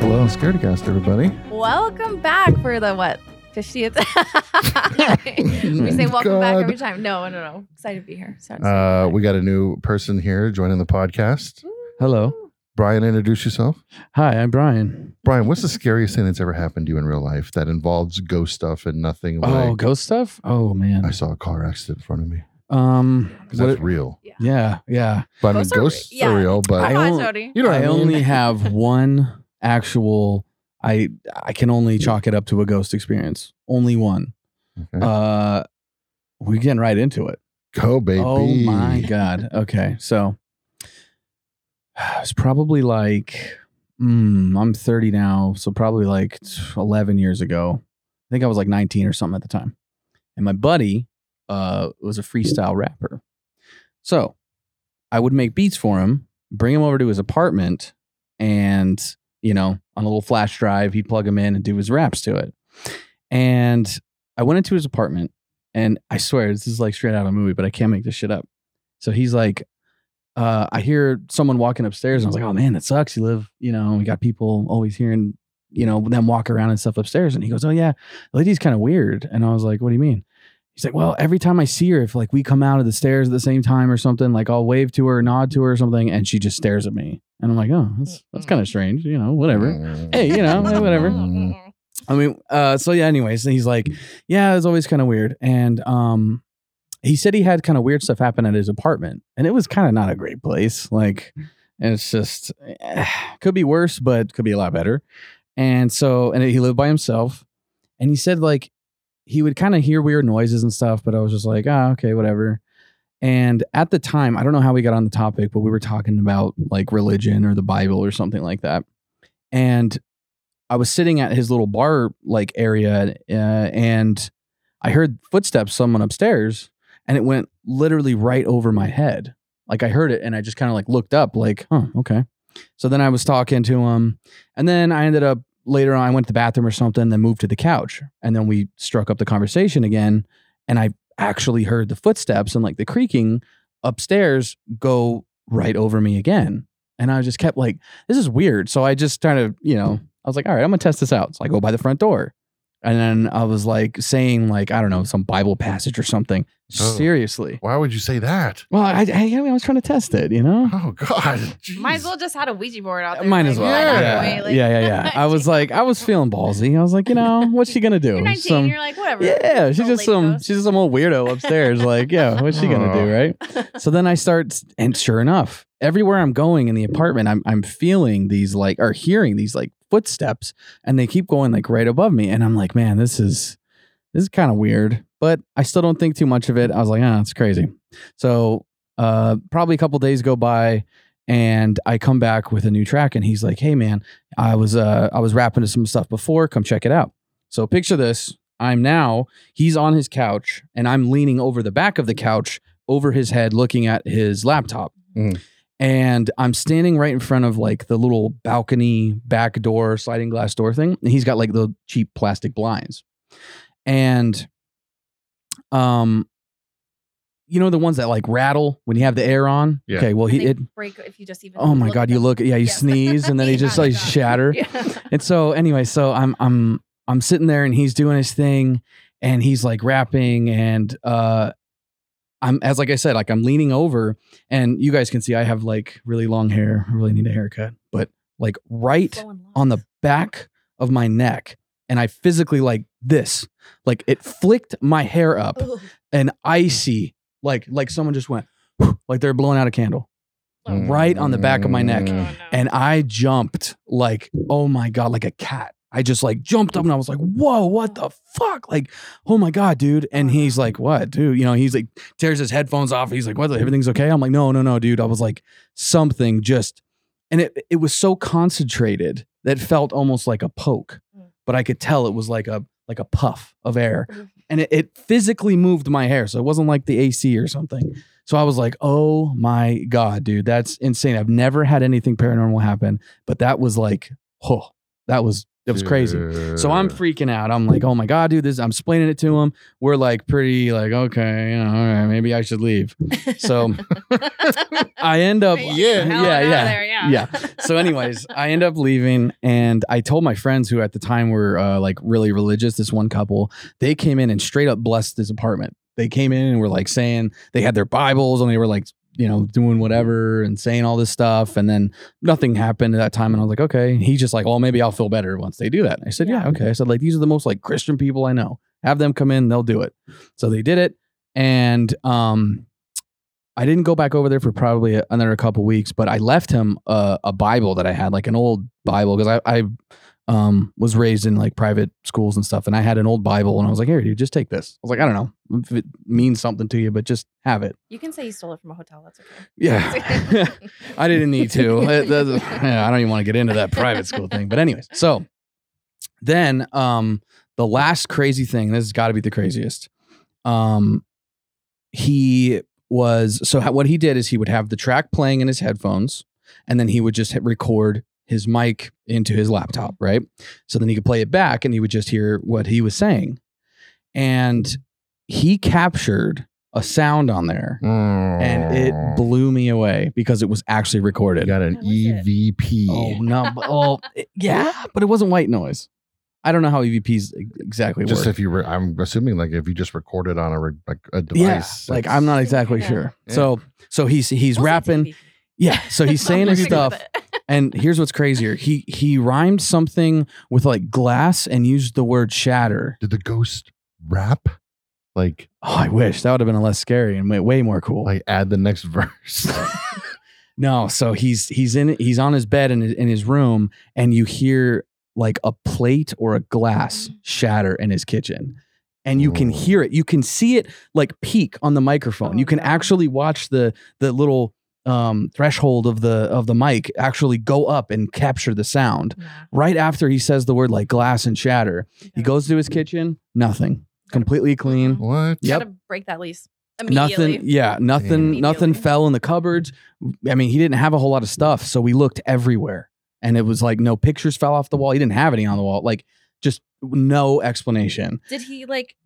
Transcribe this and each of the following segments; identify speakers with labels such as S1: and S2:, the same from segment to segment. S1: Hello, Scaredcast, everybody.
S2: Welcome back for the what? 50th. we say welcome back
S1: God.
S2: every time. No, no, no. Excited to be here. Sorry.
S1: Uh, we got a new person here joining the podcast.
S3: Hello.
S1: Brian, introduce yourself.
S3: Hi, I'm Brian.
S1: Brian, what's the scariest thing that's ever happened to you in real life that involves ghost stuff and nothing
S3: Oh,
S1: like
S3: ghost stuff? Oh
S1: I
S3: man.
S1: saw a car accident in front of me?
S3: Um
S1: Because that's
S3: what-
S1: real.
S3: Yeah, yeah.
S1: But I mean,
S2: Ghosts are-
S1: ghosts
S2: yeah.
S1: are real, but
S2: Come
S3: I
S2: on,
S3: don't-
S2: Jody.
S1: you know what I,
S3: I
S1: mean?
S3: only have one actual I I can only chalk it up to a ghost experience. Only one.
S1: Okay.
S3: Uh we're getting right into it.
S1: Go, baby.
S3: Oh my god. Okay. So it's probably like mm, I'm 30 now, so probably like 11 years ago. I think I was like 19 or something at the time. And my buddy uh, was a freestyle rapper. So I would make beats for him, bring him over to his apartment, and you know, on a little flash drive, he'd plug him in and do his raps to it. And I went into his apartment and I swear this is like straight out of a movie, but I can't make this shit up. So he's like, uh, I hear someone walking upstairs, and I was like, oh man, that sucks. You live, you know, we got people always hearing, you know, them walk around and stuff upstairs. And he goes, oh yeah, the lady's kind of weird. And I was like, what do you mean? He's like, well, every time I see her, if like we come out of the stairs at the same time or something, like I'll wave to her, nod to her or something, and she just stares at me. And I'm like, oh, that's, that's kind of strange, you know, whatever.
S1: Mm.
S3: Hey, you know, hey, whatever. I mean, uh, so yeah, anyways, and he's like, yeah, it's always kind of weird. And um, he said he had kind of weird stuff happen at his apartment, and it was kind of not a great place. Like, and it's just eh, could be worse, but could be a lot better. And so, and he lived by himself, and he said like he would kind of hear weird noises and stuff, but I was just like, ah, okay, whatever. And at the time, I don't know how we got on the topic, but we were talking about like religion or the Bible or something like that. And I was sitting at his little bar like area, uh, and I heard footsteps, someone upstairs, and it went literally right over my head. Like I heard it, and I just kind of like looked up, like, huh, okay. So then I was talking to him, and then I ended up later on. I went to the bathroom or something, then moved to the couch, and then we struck up the conversation again, and I actually heard the footsteps and like the creaking upstairs go right over me again, and I just kept like this is weird. So I just kind of, you know, I was like, all right, I'm gonna test this out. So I go by the front door. And then I was like saying like, I don't know, some Bible passage or something.
S1: Oh.
S3: Seriously.
S1: Why would you say that?
S3: Well, I, I, I was trying to test it, you know?
S1: Oh, God.
S2: Might as
S1: jeez.
S2: well just had a Ouija board out there.
S3: Mine Uh, as
S2: like,
S3: well.
S2: why
S1: that
S3: Yeah.
S2: not?
S3: Yeah.
S2: Anyway, like-
S3: yeah, yeah, yeah. I was like, I was feeling ballsy. I was like, you know, what's she gonna do?
S2: you're 19,
S3: Some-
S2: you're like, whatever.
S3: yeah, she's
S2: Old
S3: just
S2: lady
S3: some
S2: ghost.
S3: she's just some old weirdo upstairs. like, yeah, what's she gonna
S1: Aw.
S3: do, right? so then I start, and sure enough, everywhere I'm going in the apartment, I'm I'm feeling these like or hearing these like footsteps, and they keep going like right above me, and I'm like, man, this is this is kind of weird, but I still don't think too much of it. I was like, ah, it's crazy. So uh, probably a couple days go by. And I come back with a new track, and he's like, "Hey, man, I was uh, I was rapping to some stuff before. Come check it out." So picture this: I'm now he's on his couch, and I'm leaning over the back of the couch, over his head looking at his laptop.
S1: Mm.
S3: And I'm standing right in front of like the little balcony back door, sliding glass door thing. And he's got like the cheap plastic blinds. And um you know the ones that like rattle when you have the air on?
S1: Yeah.
S3: Okay, well Oh, he
S2: They
S3: it
S2: break if you just even.
S3: oh my
S2: look
S3: god,
S2: at
S3: you
S2: them.
S3: look yeah, you
S2: Yes.
S3: sneeze and then he
S2: Yeah,
S3: just like
S2: yeah.
S3: shatter.
S2: Yeah.
S3: And so anyway, so I'm I'm I'm sitting there and he's doing his thing and he's like rapping and uh I'm as like I said, like I'm leaning over and you guys can see I have like really long hair. I really need a haircut, but like right
S2: Flowing locks.
S3: on the back of my neck and I physically like this. Like it flicked my hair up
S2: Ugh.
S3: and icy like like someone just went like they're blowing out a candle.
S2: Oh,
S3: right on the back of my neck.
S2: no.
S3: And I jumped like, oh my God, like a cat. I just like jumped up and I was like, whoa, what the fuck? Like, oh my God, dude. And he's like, what, dude? You know, he's like, tears his headphones off. He's like, what, the, everything's okay? I'm like, no, no, no, dude. I was like, something just, and it, it was so concentrated that it felt almost like a poke, but I could tell it was like a, like a puff of air and it, it physically moved my hair. So it wasn't like the AC or something. So I was like, oh my God, dude, that's insane. I've never had anything paranormal happen, but that was like, oh, that was, It was crazy. So I'm freaking out. I'm like, oh my god, dude, this. I'm explaining it to him. We're like pretty like okay, you know, all right, maybe I should leave. So I end up
S1: Yeah.
S3: yeah, yeah. yeah. So, anyways, I end up leaving, and I told my friends who at the time were uh, like really religious. This one couple, they came in and straight up blessed this apartment. They came in and were like saying they had their Bibles and they were like, you know, doing whatever and saying all this stuff. And then nothing happened at that time. And I was like, okay. He just like, well, maybe I'll feel better once they do that. And I said, yeah,
S2: Yeah.
S3: okay. I said, like, these are the most like Christian people I know. Have them come in, they'll do it. So they did it. And um, I didn't go back over there for probably a- another couple weeks, but I left him a, a Bible that I had, like an old Bible, because I, I um, was raised in like private schools and stuff. And I had an old Bible and I was like, here, dude, just take this. I was like, I don't know if it means something to you, but just have it.
S2: You can say you stole it from a hotel. That's okay.
S3: Yeah. I didn't need to. It- that's- yeah, I don't even want to get into that private school thing. But anyways, so then um the last crazy thing, this has got to be the craziest. Um he was so how, what he did is he would have the track playing in his headphones and then he would just hit record his mic into his laptop, right? So then he could play it back and he would just hear what he was saying. And he captured a sound on there and it blew me away because it was actually
S1: Mm. You
S3: recorded.
S1: got an E
S2: How was it?
S1: EVP.
S3: oh no! but- Oh it- yeah, but it wasn't white noise. I don't know how EVPs ex- exactly
S1: just
S3: work.
S1: if you, re- I'm assuming like if you just record it on a re- like a
S3: yeah,
S1: device.
S3: like
S1: it's-
S3: I'm not exactly
S2: Yeah.
S3: sure.
S1: Yeah.
S3: So so he's he's
S2: We'll E say
S3: rapping.
S2: TV.
S3: Yeah, so he's saying his
S2: We'll
S3: stuff.
S2: stick with it.
S3: And here's what's crazier. He he rhymed something with like glass and used the word shatter.
S1: Did the ghost rap? Like,
S3: Oh, I wish that would have been less scary and way, way more cool.
S1: like add the next verse.
S3: No, so he's he's in he's on his bed in his, in his room, and you hear like a plate or a
S2: Mm-hmm.
S3: glass shatter in his kitchen, and you can
S1: Ooh.
S3: hear it. You can see it like peak on the microphone.
S2: Oh,
S3: you can
S2: no.
S3: actually watch the the little um, threshold of the of the mic actually go up and capture the sound
S2: Nah.
S3: right after he says the word like glass and shatter. He
S2: Yeah.
S3: goes to his kitchen, nothing, completely clean.
S1: what?
S3: Yep.
S2: Gotta break that lease immediately.
S3: Nothing, yeah, nothing,
S1: Immediately.
S3: nothing fell in the cupboards. I mean, he didn't have a whole lot of stuff, so we looked everywhere, and it was like no pictures fell off the wall. He didn't have any on the wall, like just no explanation.
S2: Did he like?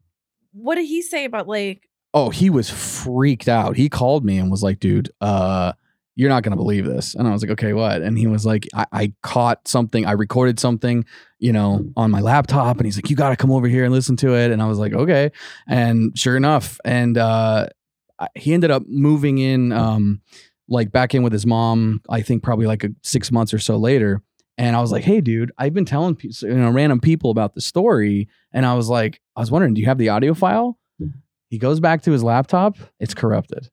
S2: What did he say about like?
S3: Oh, he was freaked out. He called me and was like, "Dude, uh, you're not gonna believe this," and I was like, "Okay, what?" And he was like, "I, I caught something. I recorded something, you know, on my laptop," and he's like, "You got to come over here and listen to it," and I was like, "Okay," and sure enough, and uh, I- he ended up moving in um like back in with his mom i think probably like a six months or so later and i was like hey dude i've been telling pe- you know random people about the story and i was like i was wondering do you have the audio file he goes back to his laptop it's corrupted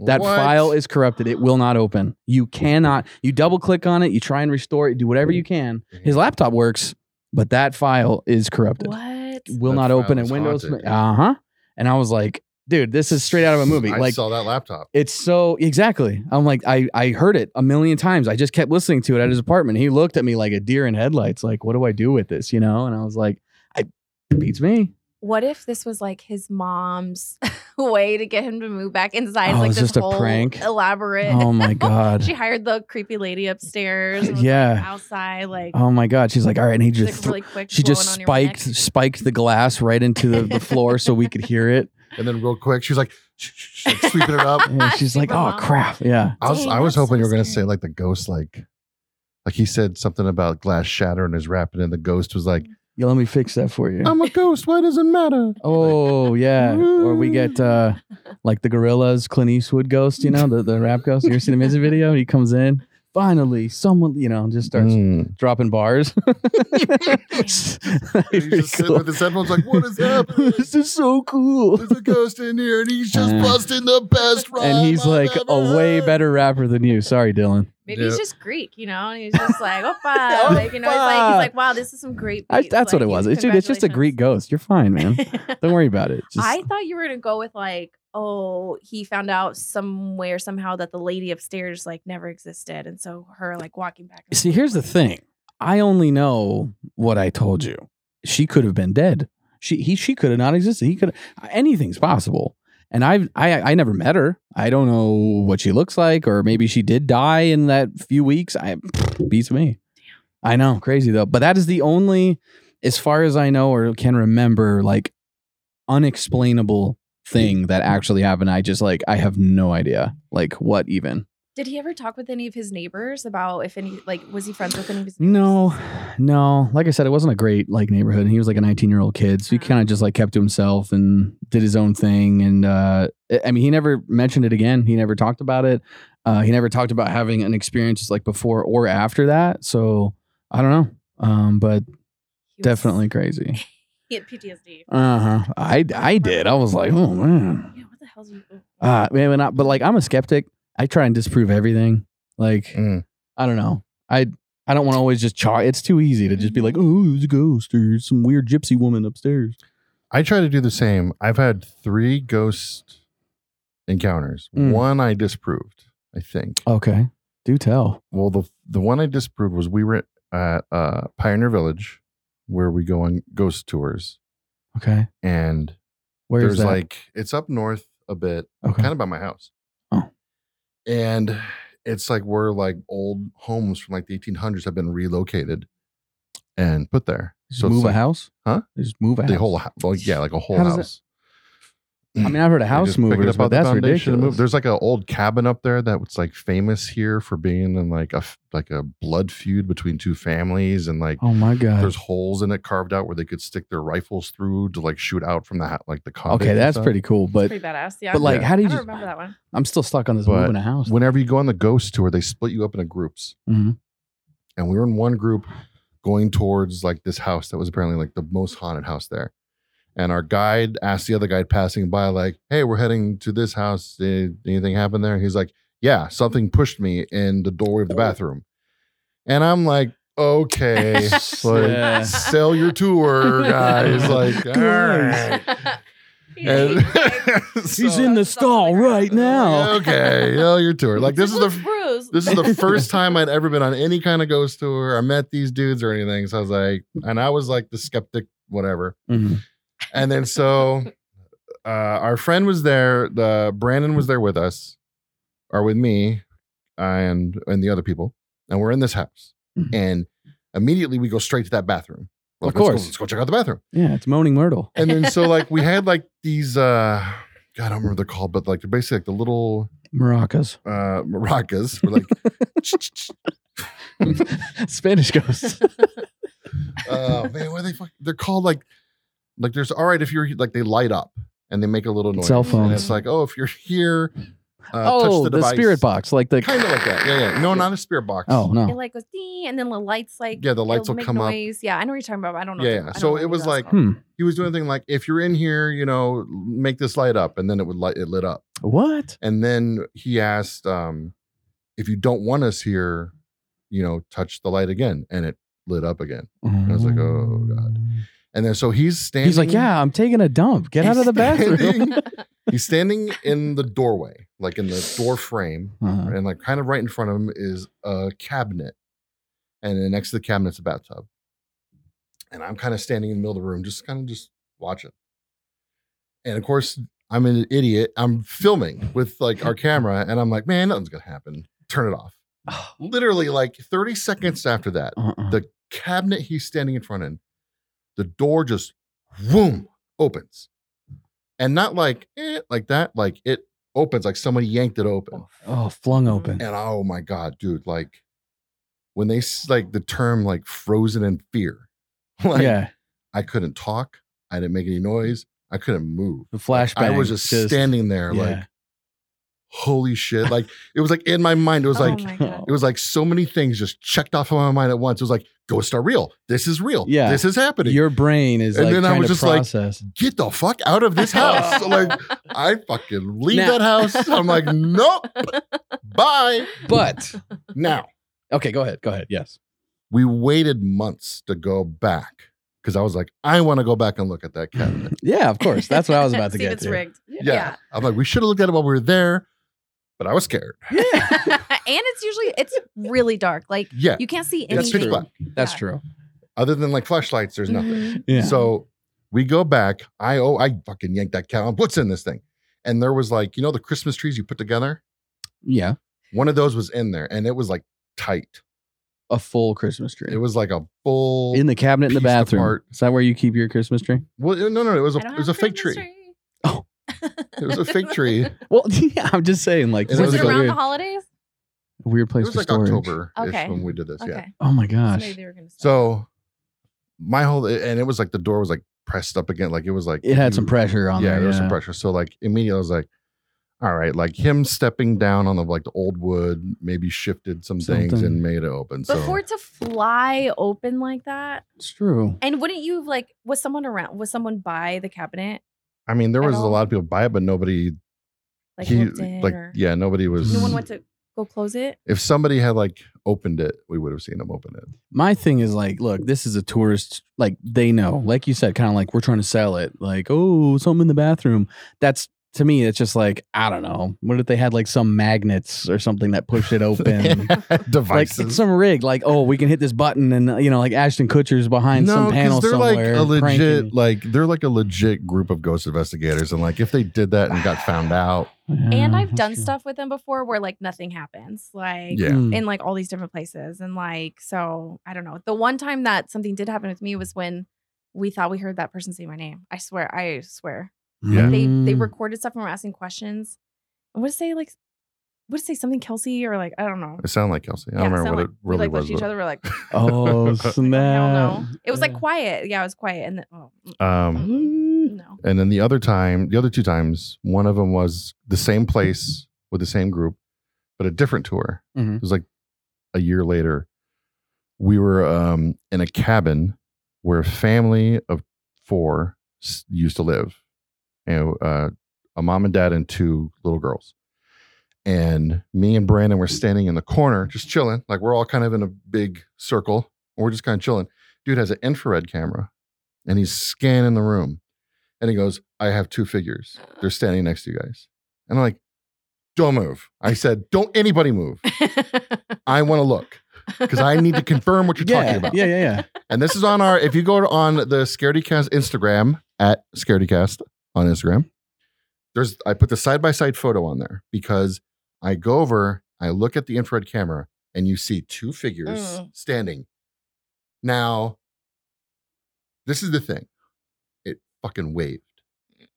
S3: that
S1: What?
S3: file is corrupted it will not open you cannot you double click on it you try and restore it do whatever you can his laptop works but that file is corrupted
S2: What?
S3: will
S1: That
S3: not
S1: file
S3: open and
S1: is
S3: windows
S1: haunted.
S3: uh-huh and i was like dude this is straight out of a movie
S1: I
S3: like
S1: saw that laptop.
S3: it's so exactly. I'm like, I I heard it a million times. I just kept listening to it at his apartment. He looked at me like a deer in headlights, like, what do I do with this? You know? And I was like, I beats me.
S2: What if this was like his mom's way to get him to move back inside?
S3: Oh,
S2: like
S3: it's
S2: this
S3: just a
S2: whole
S3: prank?
S2: elaborate.
S3: Oh my god.
S2: she hired the creepy lady upstairs. And was, like,
S3: yeah.
S2: outside, like
S3: Oh my god. She's like, all right, I need you to.
S2: like,
S3: Th-
S2: really quick.
S3: she just
S2: blowing on your
S3: spiked spiked the glass right into the, the floor so we could hear it.
S1: And then real quick, she's like, sh- sh- sh- like, sweeping it up.
S3: And she's like,
S2: Super
S3: oh
S2: mom.
S3: crap. Yeah.
S1: I was
S2: Dang,
S1: I was
S2: that's
S1: hoping
S2: so
S1: you were gonna say
S2: scary.
S1: like the ghost like like he said something about glass shatter in his rap, and then the ghost was like,
S3: Yeah. Let me fix that for
S2: Oh
S3: you.
S1: "I'm a ghost. Why does it matter?"
S3: Oh yeah, or we get uh, like the gorillas, Clint Eastwood ghost, you know, the, the rap ghost. You ever seen the music video? He comes in, finally, someone, you know, just starts
S1: Mm.
S3: dropping bars. It's
S1: And he's
S3: pretty
S1: just sitting
S3: cool.
S1: with his headphones, like, "What is happening?"
S3: this is so cool.
S1: There's a ghost in here, and he's just
S3: Uh,
S1: busting the best rhyme.
S3: And he's
S1: I've
S3: like
S1: ever
S3: a way
S1: heard."
S3: better rapper than you. Sorry, Dylan.
S2: Maybe
S1: Yeah.
S2: he's just Greek, you know, and he's just like, opa, like you know, he's like, he's like, wow, this is some great.
S3: I,
S2: beats,"
S3: that's what
S2: like,
S3: it
S2: he's-
S3: was. It's, dude, it's just a Greek ghost. You're fine, man.
S2: congratulations.
S3: Don't worry about it. Just,
S2: I thought you were gonna go with like, oh, he found out somewhere somehow that the lady upstairs like never existed, and so her like walking back. and
S3: See,
S2: forth,
S3: here's the
S2: like-
S3: thing. I only know what I told you. She could have been dead. She he she could have not existed. He could anything's possible. And I've I I never met her. I don't know what she looks like, or maybe she did die in that few weeks. I beats me. I know, crazy though. But that is the only, as far as I know or can remember, like unexplainable thing that actually happened. I just like I have no idea, like what even.
S2: Did he ever talk with any of his neighbors about if any like was he friends with any of his neighbors?
S3: No, no. Like I said, it wasn't a great like neighborhood, and he was like a 19 year old kid, so he
S2: Uh-huh.
S3: kind of just like kept to himself and did his own thing. And uh, I- I mean, he never mentioned it again. He never talked about it. Uh, he never talked about having an experience just like before or after that. So I don't know. Um, but
S2: He was-
S3: definitely crazy.
S2: he had PTSD.
S3: Uh huh. I I did. I was like, oh man.
S2: Yeah, what the hell's oh, you?
S3: Uh, maybe not. But like, I'm a skeptic. I try and disprove everything. Like,
S1: Mm.
S3: I don't know. I I don't want to always just char. It's too easy to just be like,
S2: Mm-hmm.
S3: oh, there's a ghost or some weird gypsy woman upstairs.
S1: I try to do the same. I've had three ghost encounters.
S3: Mm.
S1: One I disproved, I think.
S3: Okay, do tell.
S1: Well, the the one I disproved was we were at uh, Pioneer Village, where we go on ghost tours,
S3: Okay,
S1: and
S3: where's
S1: there's
S3: that?
S1: like it's up north a bit,
S3: okay,
S1: kind of by my house.
S3: Oh.
S1: And it's like where like old homes from like the 1800s have been relocated and put there.
S3: just
S1: it's
S3: move a
S1: like
S3: house,
S1: Huh?
S3: They just move a house.
S1: The whole house, like, yeah, like a whole
S3: How does it-
S1: house.
S3: I mean, I've heard of
S1: They
S3: house
S1: just pick it
S3: movers,
S1: up
S3: but
S1: off the
S3: that's
S1: foundation
S3: ridiculous.
S1: and move. There's like an old cabin up there that was like famous here for being in like a f- like a blood feud between two families, and like
S3: oh my god.
S1: there's holes in it carved out where they could stick their rifles through to like shoot out from the ha- like the cottage.
S3: Okay,
S1: and
S3: that's
S1: stuff.
S3: pretty cool. But
S2: pretty badass. Yeah,
S3: but like,
S1: Yeah.
S3: how
S2: I
S3: do you?
S2: don't
S3: Just,
S2: remember that one.
S3: I'm still stuck on this
S1: But
S3: moving a house.
S1: Whenever you go on the ghost tour, they split you up into groups.
S3: Mhm.
S1: and we were in one group going towards like this house that was apparently like the most haunted house there. And our guide asked the other guy passing by, like, "Hey, we're heading to this house. Did anything happen there?" He's like, "Yeah, something pushed me in the doorway of the bathroom." And I'm like, "Okay, like,
S3: Yeah.
S1: sell your tour, guys." Like, all right. And-
S3: He's
S1: So-
S3: in the stall right now.
S1: Okay, sell your tour. Like, this is the
S2: bruise.
S1: this is the first time I'd ever been on any kind of ghost tour or met these dudes or anything. So I was like, and I was like the skeptic, whatever.
S3: Mhm.
S1: And then so uh, our friend was there, the Brandon was there with us, or with me and and the other people, and we're in this house.
S3: Mhm.
S1: And immediately we go straight to that bathroom.
S3: Of
S1: let's go-
S3: course.
S1: let's go check out the bathroom.
S3: Yeah, it's Moaning Myrtle.
S1: And then so like we had like these uh God, I don't remember what they're called, but like they're basically like the little
S3: Maracas.
S1: uh maracas. We're like
S3: Spanish ghosts.
S1: Oh man, what are they? Fuck? They're called like, like there's all right if you're like they light up and they make a little noise.
S3: Cell
S1: And
S3: phones.
S1: it's like oh if you're here, uh,
S3: oh,
S1: touch the,
S3: the,
S1: device.
S3: spirit box, like the.
S1: kind of like that. Yeah, yeah. No, not a spirit box.
S3: Oh
S2: It
S3: no.
S2: like goes ding, and then the lights like
S1: yeah. The lights
S2: it'll
S1: will
S2: make
S1: come up.
S2: noise. Yeah, I know what you're talking about. but I don't know.
S1: Yeah,
S2: what-
S1: yeah.
S2: I don't
S1: So
S2: know what
S1: it was
S2: that's
S1: like-
S2: called.
S3: Hmm.
S1: He was doing a thing like if you're in here, you know, make this light up, and then it would light. It lit up,
S3: What?
S1: and then he asked, um, if you don't want us here, you know, touch the light again, and it lit up again. I was like, oh, God. And then so he's standing.
S3: Mm. He's like, yeah, I'm taking a dump. Get out of the bathroom.
S1: standing- he's standing in the doorway, like in the door frame,
S3: Uh,
S1: and like kind of right in front of him is a cabinet, and then next to the cabinet's a bathtub. And I'm kind of standing in the middle of the room, just kind of just watching. And of course, I'm an idiot. I'm filming with like our camera, and I'm like, man, nothing's gonna happen. Turn it off. Literally, like 30 seconds after that,
S3: uh-uh.
S1: the cabinet he's standing in front in, the door just boom opens. And not like eh, like that, like it opens, like somebody yanked it open.
S3: oh, flung open.
S1: And oh my god, dude, like when they s- like the term like frozen in fear. Like
S3: yeah,
S1: I couldn't talk, I didn't make any noise, I couldn't move.
S3: the flashback.
S1: I was just, standing there
S3: yeah.
S1: like holy shit. Like it was like in my mind, it was
S2: Oh
S1: like
S2: my God.
S1: it was like so many things just checked off of my mind at once. It was like, ghosts are real. This is real.
S3: Yeah.
S1: This is happening.
S3: Your brain is
S1: And
S3: like
S1: then I
S3: trying
S1: was
S3: to
S1: just like-
S3: process.
S1: Get the fuck out of this house. So, like, I fucking leave
S3: Now-
S1: that house. I'm like, nope. Bye.
S3: but
S1: Now,
S3: okay, go ahead. Go ahead. Yes.
S1: we waited months to go back because I was like, I want to go back and look at that cabinet.
S3: Yeah, of course. That's what I was about to
S2: See if
S3: get
S2: it's
S3: to.
S2: rigged.
S1: Yeah. I'm like, we should have looked at it while we were there, but I was scared.
S2: and it's usually it's really dark. Like
S1: Yeah.
S2: you can't see
S1: Yeah, it's
S2: anything.
S1: pitch black.
S3: That's
S2: Yeah.
S3: true.
S1: Other than like flashlights, there's nothing.
S2: Mhm.
S3: Yeah.
S1: So we go back. I oh I fucking yanked that cow. What's in this thing? And there was like you know the Christmas trees you put together.
S3: yeah.
S1: One of those was in there, and it was like tight.
S3: a full Christmas tree.
S1: It was like a full.
S3: in the cabinet in the
S1: pieced
S3: bathroom.
S1: apart.
S3: Is that where you keep your Christmas tree?
S1: well, no, no, no. It was a
S2: I don't
S1: it was a
S2: have
S1: fake tree.
S2: Christmas
S3: Oh.
S1: It was a fake tree.
S2: Was
S3: Well, yeah, I'm just saying, like,
S1: And
S3: this
S1: was
S2: it
S3: is a
S1: like-
S2: around
S3: weird,
S2: the holidays?
S3: weird
S1: It
S3: place
S1: was
S3: for
S1: like
S3: storage.
S1: October
S2: Okay.
S1: when we did this.
S2: Okay.
S1: Yeah.
S3: Oh my
S2: So
S3: gosh.
S2: maybe they were gonna sell
S1: So my whole and it was like the door was like pressed up again. Like it was like
S3: It had some
S1: you-
S3: pressure on
S1: yeah,
S3: there.
S1: there was some
S3: yeah.
S1: pressure. So like immediately I was like, all right, like him stepping down on the like the old wood maybe shifted some things
S3: Something.
S1: and made it open.
S2: it. but
S1: so
S2: for it to fly open like that,
S3: It's true.
S2: and wouldn't you have, like? Was someone around? Was someone by the cabinet?
S1: I mean, there
S2: at
S1: was a
S2: all.
S1: lot of people buy it, but nobody
S2: Like
S1: he
S2: looked in,
S1: like
S2: or
S1: yeah, nobody was.
S2: no one went to go close it.
S1: if somebody had like opened it, we would have seen them open it.
S3: My thing is like, look, this is a tourist. Like they know,
S1: Mm-hmm.
S3: like you said, kind of like we're trying to sell it. Like, oh, something in the bathroom. That's to me, it's just like I don't know. What if they had like some magnets or something that pushed it open? like
S1: Devices.
S3: it's some rig. Like, oh, we can hit this button, and you know, like Ashton Kutcher's behind some
S1: 'cause
S3: panel
S1: they're
S3: somewhere.
S1: like a legit,
S3: pranking.
S1: like they're like a legit group of ghost investigators, and like if they did that and got found out,
S2: And
S3: Yeah,
S2: I've done
S3: that's true.
S2: stuff with them before where like nothing happens. Like
S1: Yeah.
S3: Mm.
S2: in like all these different places and like so i don't know the one time that something did happen with me was when we thought we heard that person say my name i swear i swear
S1: Yeah.
S2: they they
S3: Mm.
S2: recorded stuff and were asking questions and would it say like would it say something kelsey or like i don't know
S1: it sounded like Kelsey. I
S2: Yeah,
S1: don't remember
S2: sound
S1: what
S2: like-
S1: it
S2: we
S1: really
S2: like
S1: was.
S2: looked at each
S1: but-
S2: other we're like i
S3: Oh
S2: don't
S3: snap!
S2: know it was like
S3: Yeah.
S2: quiet yeah it was quiet and then, oh, mm,
S1: um,
S3: Mm.
S2: no
S1: and then the other time, the other two times, one of them was the same place with the same group, but a different tour.
S3: Mhm.
S1: It was like a year later. We were um, in a cabin where a family of four s- used to live, and uh, a mom and dad and two little girls. And me and Brandon were standing in the corner, just chilling. Like we're all kind of in a big circle, and we're just kind of chilling. Dude has an infrared camera, and he's scanning the room, and he goes, "I have two figures. They're standing next to you guys." And I'm like, "Don't move." I said, "Don't anybody move." I want to look because I need to confirm what you're
S3: yeah,
S1: talking about.
S3: yeah, yeah, yeah.
S1: And this is on our, if you go to- on the Scaredycast Instagram at Scaredycast on Instagram, there's, I put the side by side photo on there because I go over, I look at the infrared camera and you see two figures
S2: Mm.
S1: standing. Now, this is the thing it fucking waved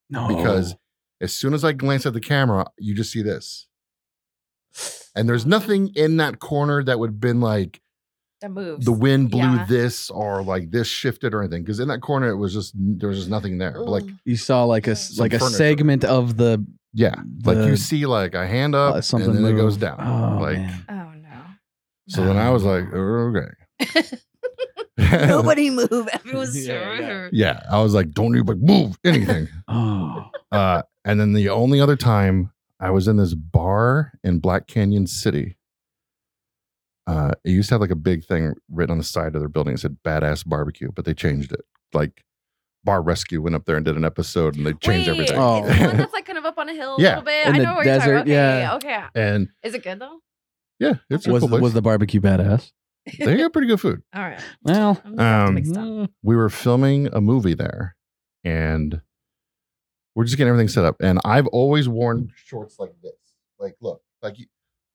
S3: No,
S1: because as soon as I glance at the camera, you just see this. And there's
S2: Oh.
S1: nothing in that corner that would have been like
S2: that moves
S1: the wind blew
S2: Yeah.
S1: this or like this shifted or anything. Because in that corner, it was just there was just nothing there. But like
S2: Ugh.
S3: you saw like a s-
S1: Some
S3: like a
S1: furniture.
S3: segment of the
S1: yeah, like
S3: the-
S1: you see like a hand up
S3: uh,
S1: and then
S3: move.
S1: it goes down.
S3: Oh,
S1: like
S3: man. Ah.
S2: oh no
S1: so, then I was like, "Oh, okay.
S2: nobody move everyone's
S3: Yeah, yeah.
S1: yeah, I was like, don't anybody move anything.
S3: oh,
S1: uh, and then the only other time I was in this bar in Black Canyon City. Uh, it used to have like a big thing written on the side of their building. It said "Badass Barbecue," but they changed it. Like Bar Rescue went up there and did an episode, and they changed
S2: Wait,
S1: everything.
S3: Oh.
S2: It's the one that's like kind of up on a hill a
S1: Yeah.
S2: little bit.
S3: In
S2: I
S3: the
S2: know where you're talking.
S3: desert,
S2: Okay,
S3: yeah.
S2: okay.
S1: and
S2: Is it good though?
S1: yeah, it's a
S3: was
S1: cool place.
S3: was the barbecue badass?
S1: they got pretty good food.
S2: All right.
S3: Well,
S2: I'm gonna have to
S1: Um,
S2: mix it up.
S3: mm,
S1: we were filming a movie there and we're just getting everything set up and i've always worn shorts like this like look like you,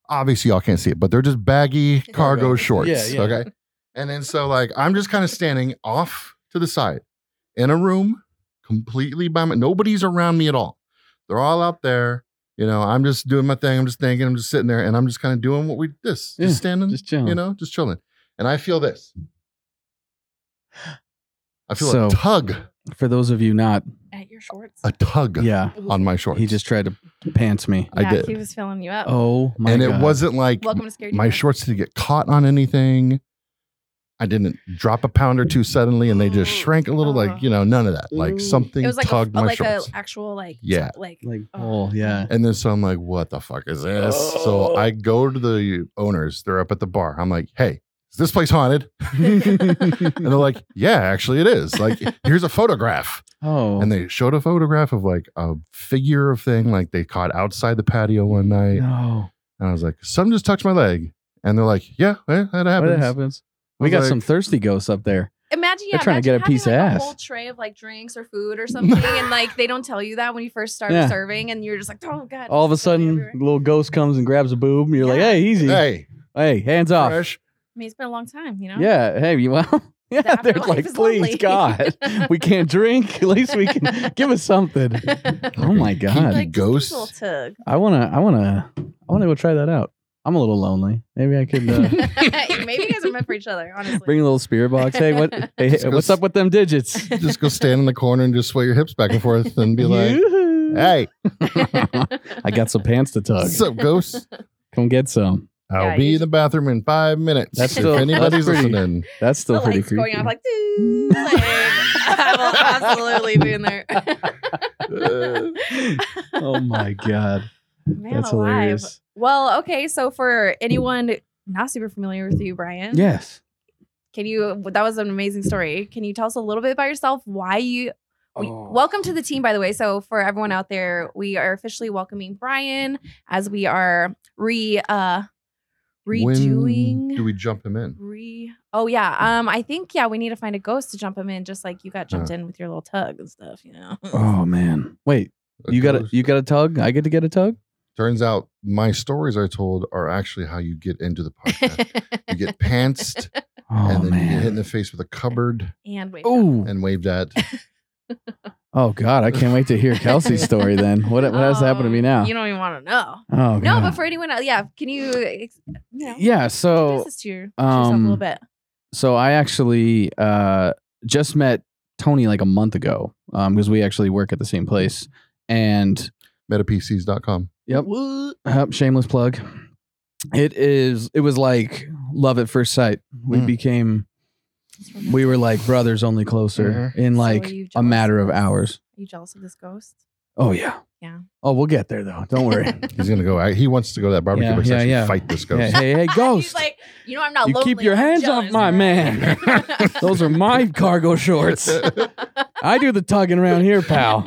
S1: obviously y'all can't see it but they're just baggy cargo
S3: Cargo.
S1: shorts
S3: Yeah, yeah.
S1: okay and then so like i'm just kind of standing off to the side in a room completely by my nobody's around me at all they're all out there you know i'm just doing my thing i'm just thinking i'm just sitting there and i'm just kind of doing what we this
S3: Yeah,
S1: just standing
S3: just chilling.
S1: you know, just chilling. And I feel this. I feel
S3: So-
S1: a tug,
S3: For those of you not,
S2: At your shorts.
S1: a tug
S3: yeah,
S1: on my shorts.
S3: he just tried to pants me.
S1: I
S2: yeah,
S1: did.
S2: He was filling you up.
S3: Oh my
S1: and
S3: god!
S1: it wasn't like
S2: Welcome to Scary
S1: my
S2: Terror.
S1: shorts didn't get caught on anything. I didn't drop a pound or two suddenly and they just
S2: Ooh.
S1: shrank a little,
S2: Oh.
S1: like, you know, none of that. Like
S3: Ooh.
S1: something
S2: It was like a,
S1: tugged my
S2: like a
S1: shorts.
S2: actual like
S1: Yeah.
S2: like
S3: like
S2: Oh.
S3: oh yeah.
S1: and then so I'm like, what the fuck is this? So
S2: Oh.
S1: I go to the owners, they're up at the bar. I'm like, hey, is this place haunted? And they're like, yeah, actually it is. Like, here's a photograph.
S3: oh,
S1: and they showed a photograph of like a figure of thing like they caught outside the patio one night
S3: no,
S1: and i was like something just touched my leg and they're like yeah eh, that
S3: What
S1: happens
S3: happens.
S1: I
S3: We
S1: was
S3: got
S1: like-
S3: some thirsty ghosts up there.
S2: imagine yeah,
S3: They're trying to
S2: imagine
S3: get a piece of
S2: having, like,
S3: ass.
S2: A whole tray of like drinks or food or something, and like they don't tell you that when you first start
S3: Yeah.
S2: serving, and you're just like, oh god.
S3: All of a
S2: this is gonna be
S3: sudden,
S2: everywhere.
S3: little ghost comes and grabs a boob, and you're like,
S2: Yeah.
S3: "Hey, easy, hey,
S1: hey
S3: hands off."
S1: fresh
S2: I mean, it's been a long time, you know?
S3: Yeah. Hey, you well? Yeah. They're
S2: afterlife
S3: like,
S2: is
S3: please,
S2: lonely."
S3: God, we can't drink. At least we can give us something. Oh my
S1: Keep
S3: God.
S1: the
S2: like
S1: ghosts.
S2: Just a little tug.
S3: I wanna, I wanna, I wanna go try that out. I'm a little lonely. Maybe I could uh,
S2: Maybe you guys are meant for each other, honestly.
S3: bring a little spirit box. Hey, what? Hey,
S1: Just
S3: hey,
S1: go
S3: what's
S1: s-
S3: up with them digits?
S1: just go stand in the corner and just sway your hips back and forth and be like,
S3: Yoo-hoo.
S1: "Hey,
S3: I got some pants to tug.
S1: so ghosts,
S3: Come get some.
S1: I'll
S2: Yeah,
S1: be
S2: you-
S1: in the bathroom in five minutes."
S3: That's
S1: if
S3: still- that's
S1: anybody's
S3: pretty-
S1: listening.
S3: That's still
S2: the
S3: pretty
S2: lights
S3: creepy.
S2: going off like, "Doo," like, I will absolutely be in there.
S3: oh my god,
S2: Man
S3: that's
S2: alive.
S3: hilarious.
S2: Well, okay, so for anyone not super familiar with you, Brian,
S3: Yes.
S2: can you? That was an amazing story. Can you tell us a little bit about yourself? Why you? we-
S3: Oh.
S1: Oh.
S2: Welcome to the team, by the way. So for everyone out there, we are officially welcoming Brian as we are re uh redoing.
S1: When do we jump him in?
S2: Re- oh yeah. Um, I think yeah, we need to find a ghost to jump him in, just like you got jumped in with your little tug and stuff, you know.
S3: Uh. Oh man. Wait.
S1: A
S3: You got a
S1: ghost.
S3: you got a tug? I get to get a tug?
S1: Turns out my stories I told are actually how you get into the podcast. you get pantsed,
S3: Oh
S1: and then you get hit in
S3: man.
S1: the face with a cupboard
S2: and wait.
S3: Oh.
S1: and waved at.
S3: Oh god, I can't wait to hear Kelsey's story then. What what has to happen to me now?
S2: Um, You don't even want to know.
S3: oh god.
S2: No, but for anyone else, yeah, can you, ex- you know,
S3: Yeah,
S2: introduce
S3: so
S2: us to, your, to yourself a little
S3: um,
S2: bit?
S3: so I actually uh just met Tony like a month ago. Um because we actually work at the same place and
S1: MetaPCs.com.
S3: Yep. Yep, Shameless plug. It is. It was like love at first sight. We
S1: Mm.
S3: became.
S2: Just remember-
S3: We were like brothers, only closer in
S2: So are
S3: like
S2: you
S3: a
S2: jealous
S3: matter of
S2: this?
S3: hours.
S2: Are you jealous of this ghost?
S3: Oh yeah.
S2: Yeah.
S3: Oh, we'll get there though. Don't worry.
S1: He's gonna go. He wants to go to that barbecue
S3: Yeah,
S1: place and
S3: yeah,
S1: actually
S3: yeah.
S1: fight this
S3: hey,
S1: ghost.
S3: hey, hey, ghost!
S2: He's like, you know, I'm not
S3: You
S2: lonely.
S3: keep your
S2: I'm
S3: hands
S2: jealous."
S3: off my man. Those are my cargo shorts. I do the tugging around here, pal.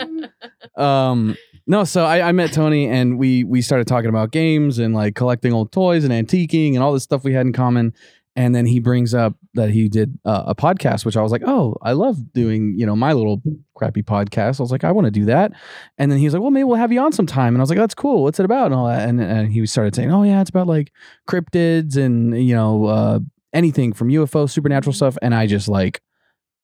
S3: Um, no, so I, I met Tony and we we started talking about games and like collecting old toys and antiquing and all this stuff we had in common. And then he brings up that he did uh, a podcast, which I was like, oh, I love doing you know my little crappy podcast. I was like, I want to do that. And then he was like, well, maybe we'll have you on sometime. And I was like, "Oh, that's cool. What's it about? And all that. And, and he started saying, oh yeah, it's about like cryptids and you know uh, anything from UFO, supernatural stuff. And I just like,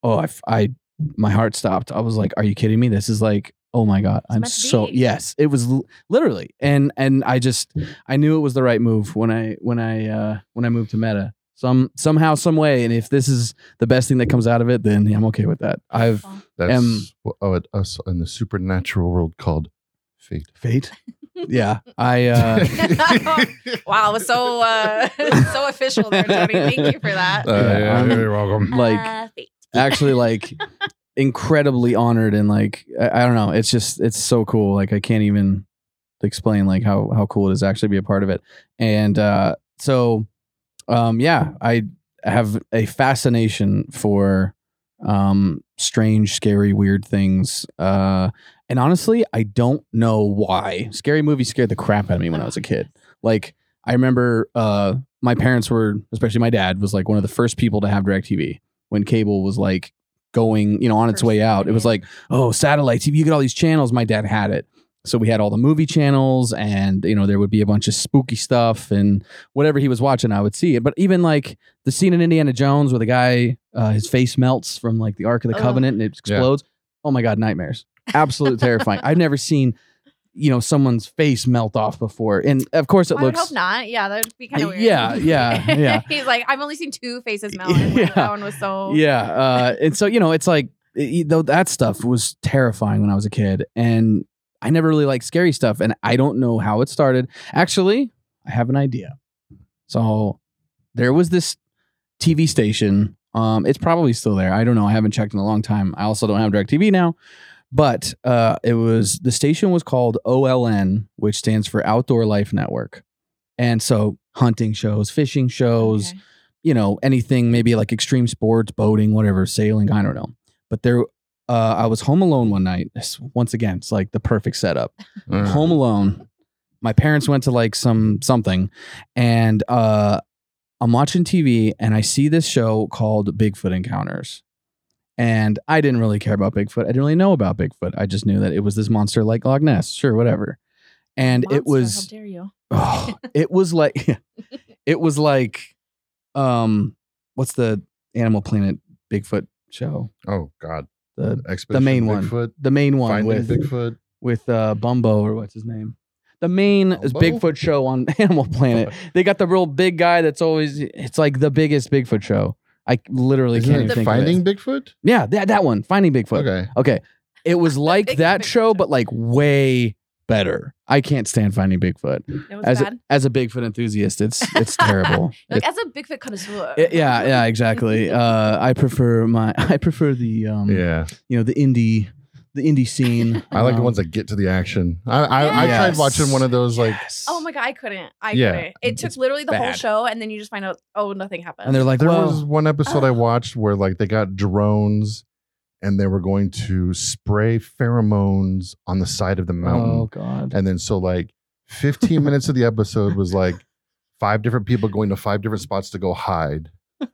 S3: oh, I, f- I my heart stopped. I was like, "Are you kidding me? This is like, oh my god, I'm
S2: meant to
S3: so
S2: be.
S3: yes." It was l- literally, and and I just I knew it was the right move when I when I uh when I moved to Meta. Some somehow, some way, and if this is the best thing that comes out of it, then I'm okay with that. I've
S1: That's
S3: Um,
S1: what what oh, us in the supernatural world called fate.
S3: fate. Yeah, I. uh
S2: Wow, it was so uh, so official there, Tony. Thank you for that.
S1: Uh,
S3: Yeah,
S1: yeah,
S3: I'm-
S1: you're welcome.
S3: Like-
S2: Uh, fate.
S3: actually like incredibly honored and like I, I don't know it's just it's so cool like i can't even explain like how how cool it is to actually be a part of it and uh so um yeah i have a fascination for um strange scary weird things uh and honestly i don't know why scary movies scared the crap out of me when i was a kid like i remember uh my parents were especially my dad was like one of the first people to have direct tv when cable was like going you know on its
S2: First
S3: way out it was
S2: thing.
S3: like oh satellite tv you get all these channels my dad had it so we had all the movie channels and you know there would be a bunch of spooky stuff and whatever he was watching i would see it but even like the scene in indiana jones where the guy uh, his face melts from like the ark of the
S2: Ugh.
S3: covenant and it
S1: Yeah.
S3: explodes oh my god nightmares absolutely terrifying i've never seen you know someone's face melt off before and of course it
S2: I would
S3: looks
S2: hope not. Yeah, that would be kind
S3: Uh,
S2: of weird.
S3: yeah, yeah, yeah.
S2: He's like, I've only seen two faces melt. and
S3: Yeah.
S2: That one was so.
S3: Yeah. Uh, and so, you know, it's like, it- though that stuff was terrifying when I was a kid. And I never really liked scary stuff. And I don't know how it started. Actually, I have an idea. So there was this TV station. Um, it's probably still there. I don't know. I haven't checked in a long time. I also don't have direct TV now. But uh, it was the station was called OLN, which stands for Outdoor Life Network. And so hunting shows, fishing shows,
S2: Okay.
S3: you know, anything maybe like extreme sports, boating, whatever, sailing, I don't know. But there, uh, I was home alone one night. This- Once again, it's like the perfect setup.
S1: Mm.
S3: Home alone. My parents went to like some something, and uh, I'm watching TV and I see this show called Bigfoot Encounters. And I didn't really care about Bigfoot. I didn't really know about Bigfoot. I just knew that it was this monster like Loch Ness, sure, whatever. And
S2: Monster,
S3: it was
S2: How dare you?
S3: oh, it was like it was like um what's the Animal Planet Bigfoot show?
S1: Oh God,
S3: The
S1: Expedition
S3: main one.
S1: Bigfoot,
S3: the main one
S1: Finding
S3: with
S1: Bigfoot.
S3: with uh, Bumbo or what's his name. The main is
S1: Bumbo?
S3: Bigfoot show on Animal Planet. they got the real big guy that's always. It's like the biggest Bigfoot show. I literally
S1: Isn't
S3: can't
S1: it
S3: even think of
S1: Finding
S3: it.
S1: Bigfoot?
S3: Yeah, that that one, Finding Bigfoot.
S1: Okay,
S3: Okay. It was like
S2: Big
S3: that
S2: Bigfoot
S3: show,
S2: show.
S3: but like way better. I can't stand Finding Bigfoot.
S2: It was
S3: As
S2: bad.
S3: a, as a Bigfoot enthusiast, it's it's terrible.
S2: like
S3: It-
S2: as a Bigfoot connoisseur.
S3: it- yeah, yeah, exactly. Uh, I prefer my I prefer the um
S1: yeah.
S3: you know the indie the indie scene.
S1: I like the
S3: Um,
S1: ones that get to the action. I I, I tried
S3: Yes.
S1: watching one of those like
S3: yes.
S2: Oh my god, I couldn't. I
S1: Yeah,
S2: couldn't. It took
S3: it's
S2: literally the whole
S3: bad.
S2: show, and then you just find out, oh, nothing happened.
S3: And they're like,
S1: there
S3: well, oh, Ah.
S1: was one episode I watched where like they got drones and they were going to spray pheromones on the side of the mountain.
S3: oh god,
S1: And then so like 15 minutes of the episode was like five different people going to five different spots to go hide.
S2: to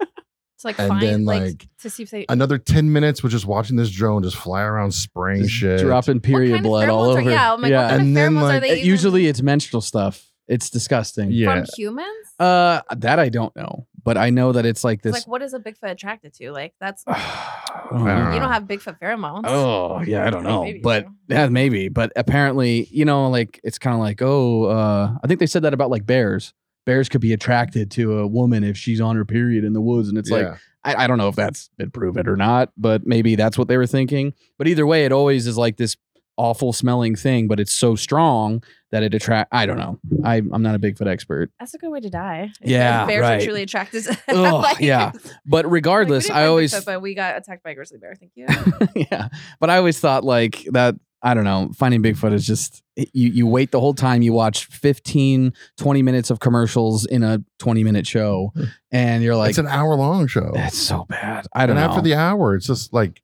S2: like
S1: and
S2: find
S1: then,
S2: like,
S1: like,
S2: to see if they.
S1: Another 10 minutes was just watching this drone just fly around spraying
S3: Just
S1: shit.
S3: dropping period
S2: kind of
S3: blood
S2: pheromones
S3: all
S2: are-
S3: over.
S2: yeah, oh my God, what kind
S1: And
S2: of
S1: then,
S2: pheromones are
S1: like,
S2: they
S3: Uh,
S2: even
S3: Usually it's menstrual stuff. It's disgusting.
S1: Yeah.
S2: from humans.
S3: Uh, that I don't know, but I know that it's like
S2: It's
S3: this. oh,
S2: like, what is a Bigfoot attracted to? Like, that's
S3: I don't
S1: I
S3: know.
S1: don't
S2: you
S1: know.
S2: don't have Bigfoot pheromones.
S3: Oh yeah, I don't know,
S2: Maybe
S3: but
S2: so.
S3: yeah, maybe. But apparently, you know, like it's kind of like oh, uh, I think they said that about like bears. Bears could be attracted to a woman if she's on her period in the woods, and it's like
S1: Yeah.
S3: I, I don't know if that's been proven or not, but maybe that's what they were thinking. But either way, it always is like this awful smelling thing, but it's so strong that it attract. I don't know. I I'm not a Bigfoot expert,
S2: That's a good way to die. If
S3: Yeah,
S2: bears
S3: right.
S2: are truly attracted. to-
S3: Ugh, yeah.
S2: like,
S3: but
S2: we
S3: regardless,
S2: didn't
S3: I
S2: find
S3: always
S2: Bigfoot, but we got attacked by a grizzly bear. Thank you.
S3: yeah. But I always thought like that I don't know, finding Bigfoot is just you you wait the whole time you watch 15 20 minutes of commercials in a 20 minute show and you're like
S1: Hmm. it's an hour long show.
S3: that's so bad. I
S1: And
S3: don't know.
S1: after the hour, it's just like